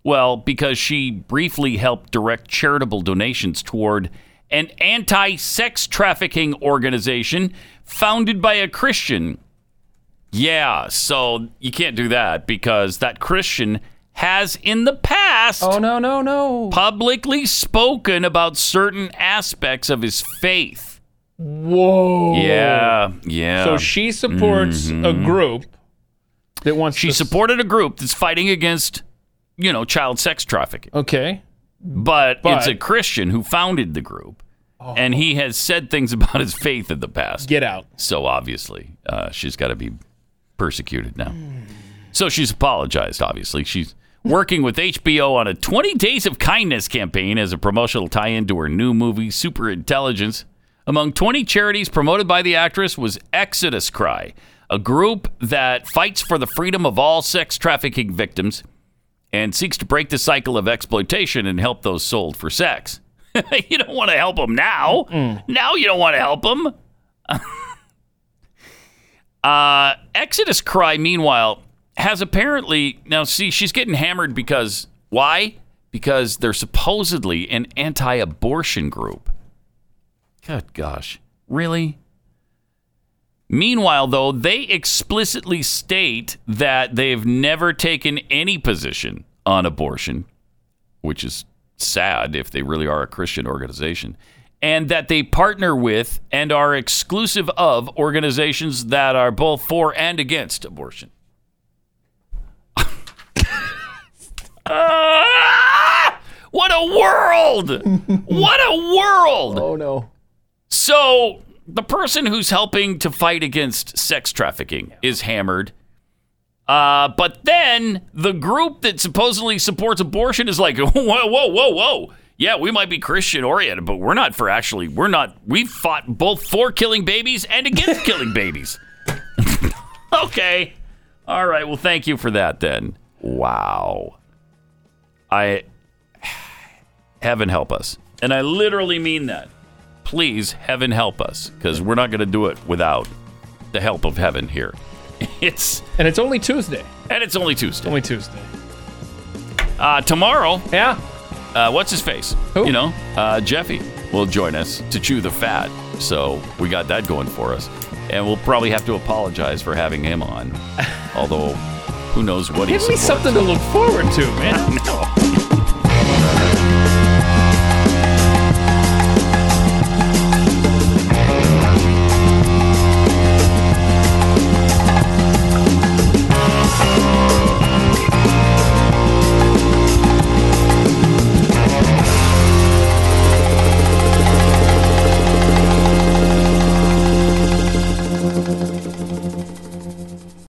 Well, because she briefly helped direct charitable donations toward an anti sex trafficking organization founded by a Christian. Yeah, so you can't do that because that Christian has in the past Oh
no, no, no.
publicly spoken about certain aspects of his faith.
Whoa.
Yeah, yeah.
So she supports a
Mhm.
group that wants
She supported a group that's fighting against, you know, child sex trafficking.
Okay.
But,
But- Oh.
it's a Christian who founded the group, and he has said things about his faith in the past.
Get out.
So obviously, uh, she's got to be persecuted now. So she's apologized. Obviously, she's working with HBO on a 20 Days of Kindness campaign as a promotional tie-in to her new movie Super Intelligence. Among 20 charities promoted by the actress was Exodus Cry, a group that fights for the freedom of all sex trafficking victims and seeks to break the cycle of exploitation and help those sold for sex. you don't want to help them now. Now you don't want to help them. Uh, Exodus Cry, meanwhile, has apparently now see she's getting hammered because why? Because they're supposedly an anti-abortion group. Good gosh, really? Meanwhile, though, they explicitly state that they've never taken any position on abortion, which is sad if they really are a Christian organization, and that they partner with and are exclusive of organizations that are both for and against abortion. Ah! what a world! what a world! Oh,
no.
So, the person who's helping to fight against sex trafficking is hammered. Uh, but then the group that supposedly supports abortion is like, whoa, whoa, whoa, whoa. Yeah, we might be Christian oriented, but we're not for actually, we're not, we've fought both for killing babies and against killing babies. okay. All right. Well, thank you for that then. Wow. I, heaven help us. And I literally mean that. Please, heaven help us, because we're not going to do it without the help of heaven here. It's
and it's only Tuesday.
And it's only Tuesday.
Only Tuesday.
Uh, tomorrow,
yeah.
Uh, what's his face? You know, uh, Jeffy will join us to chew the fat. So we got that going for us, and we'll probably have to apologize for having him on. Although, who knows what
Give
he's
me something to look forward to, man.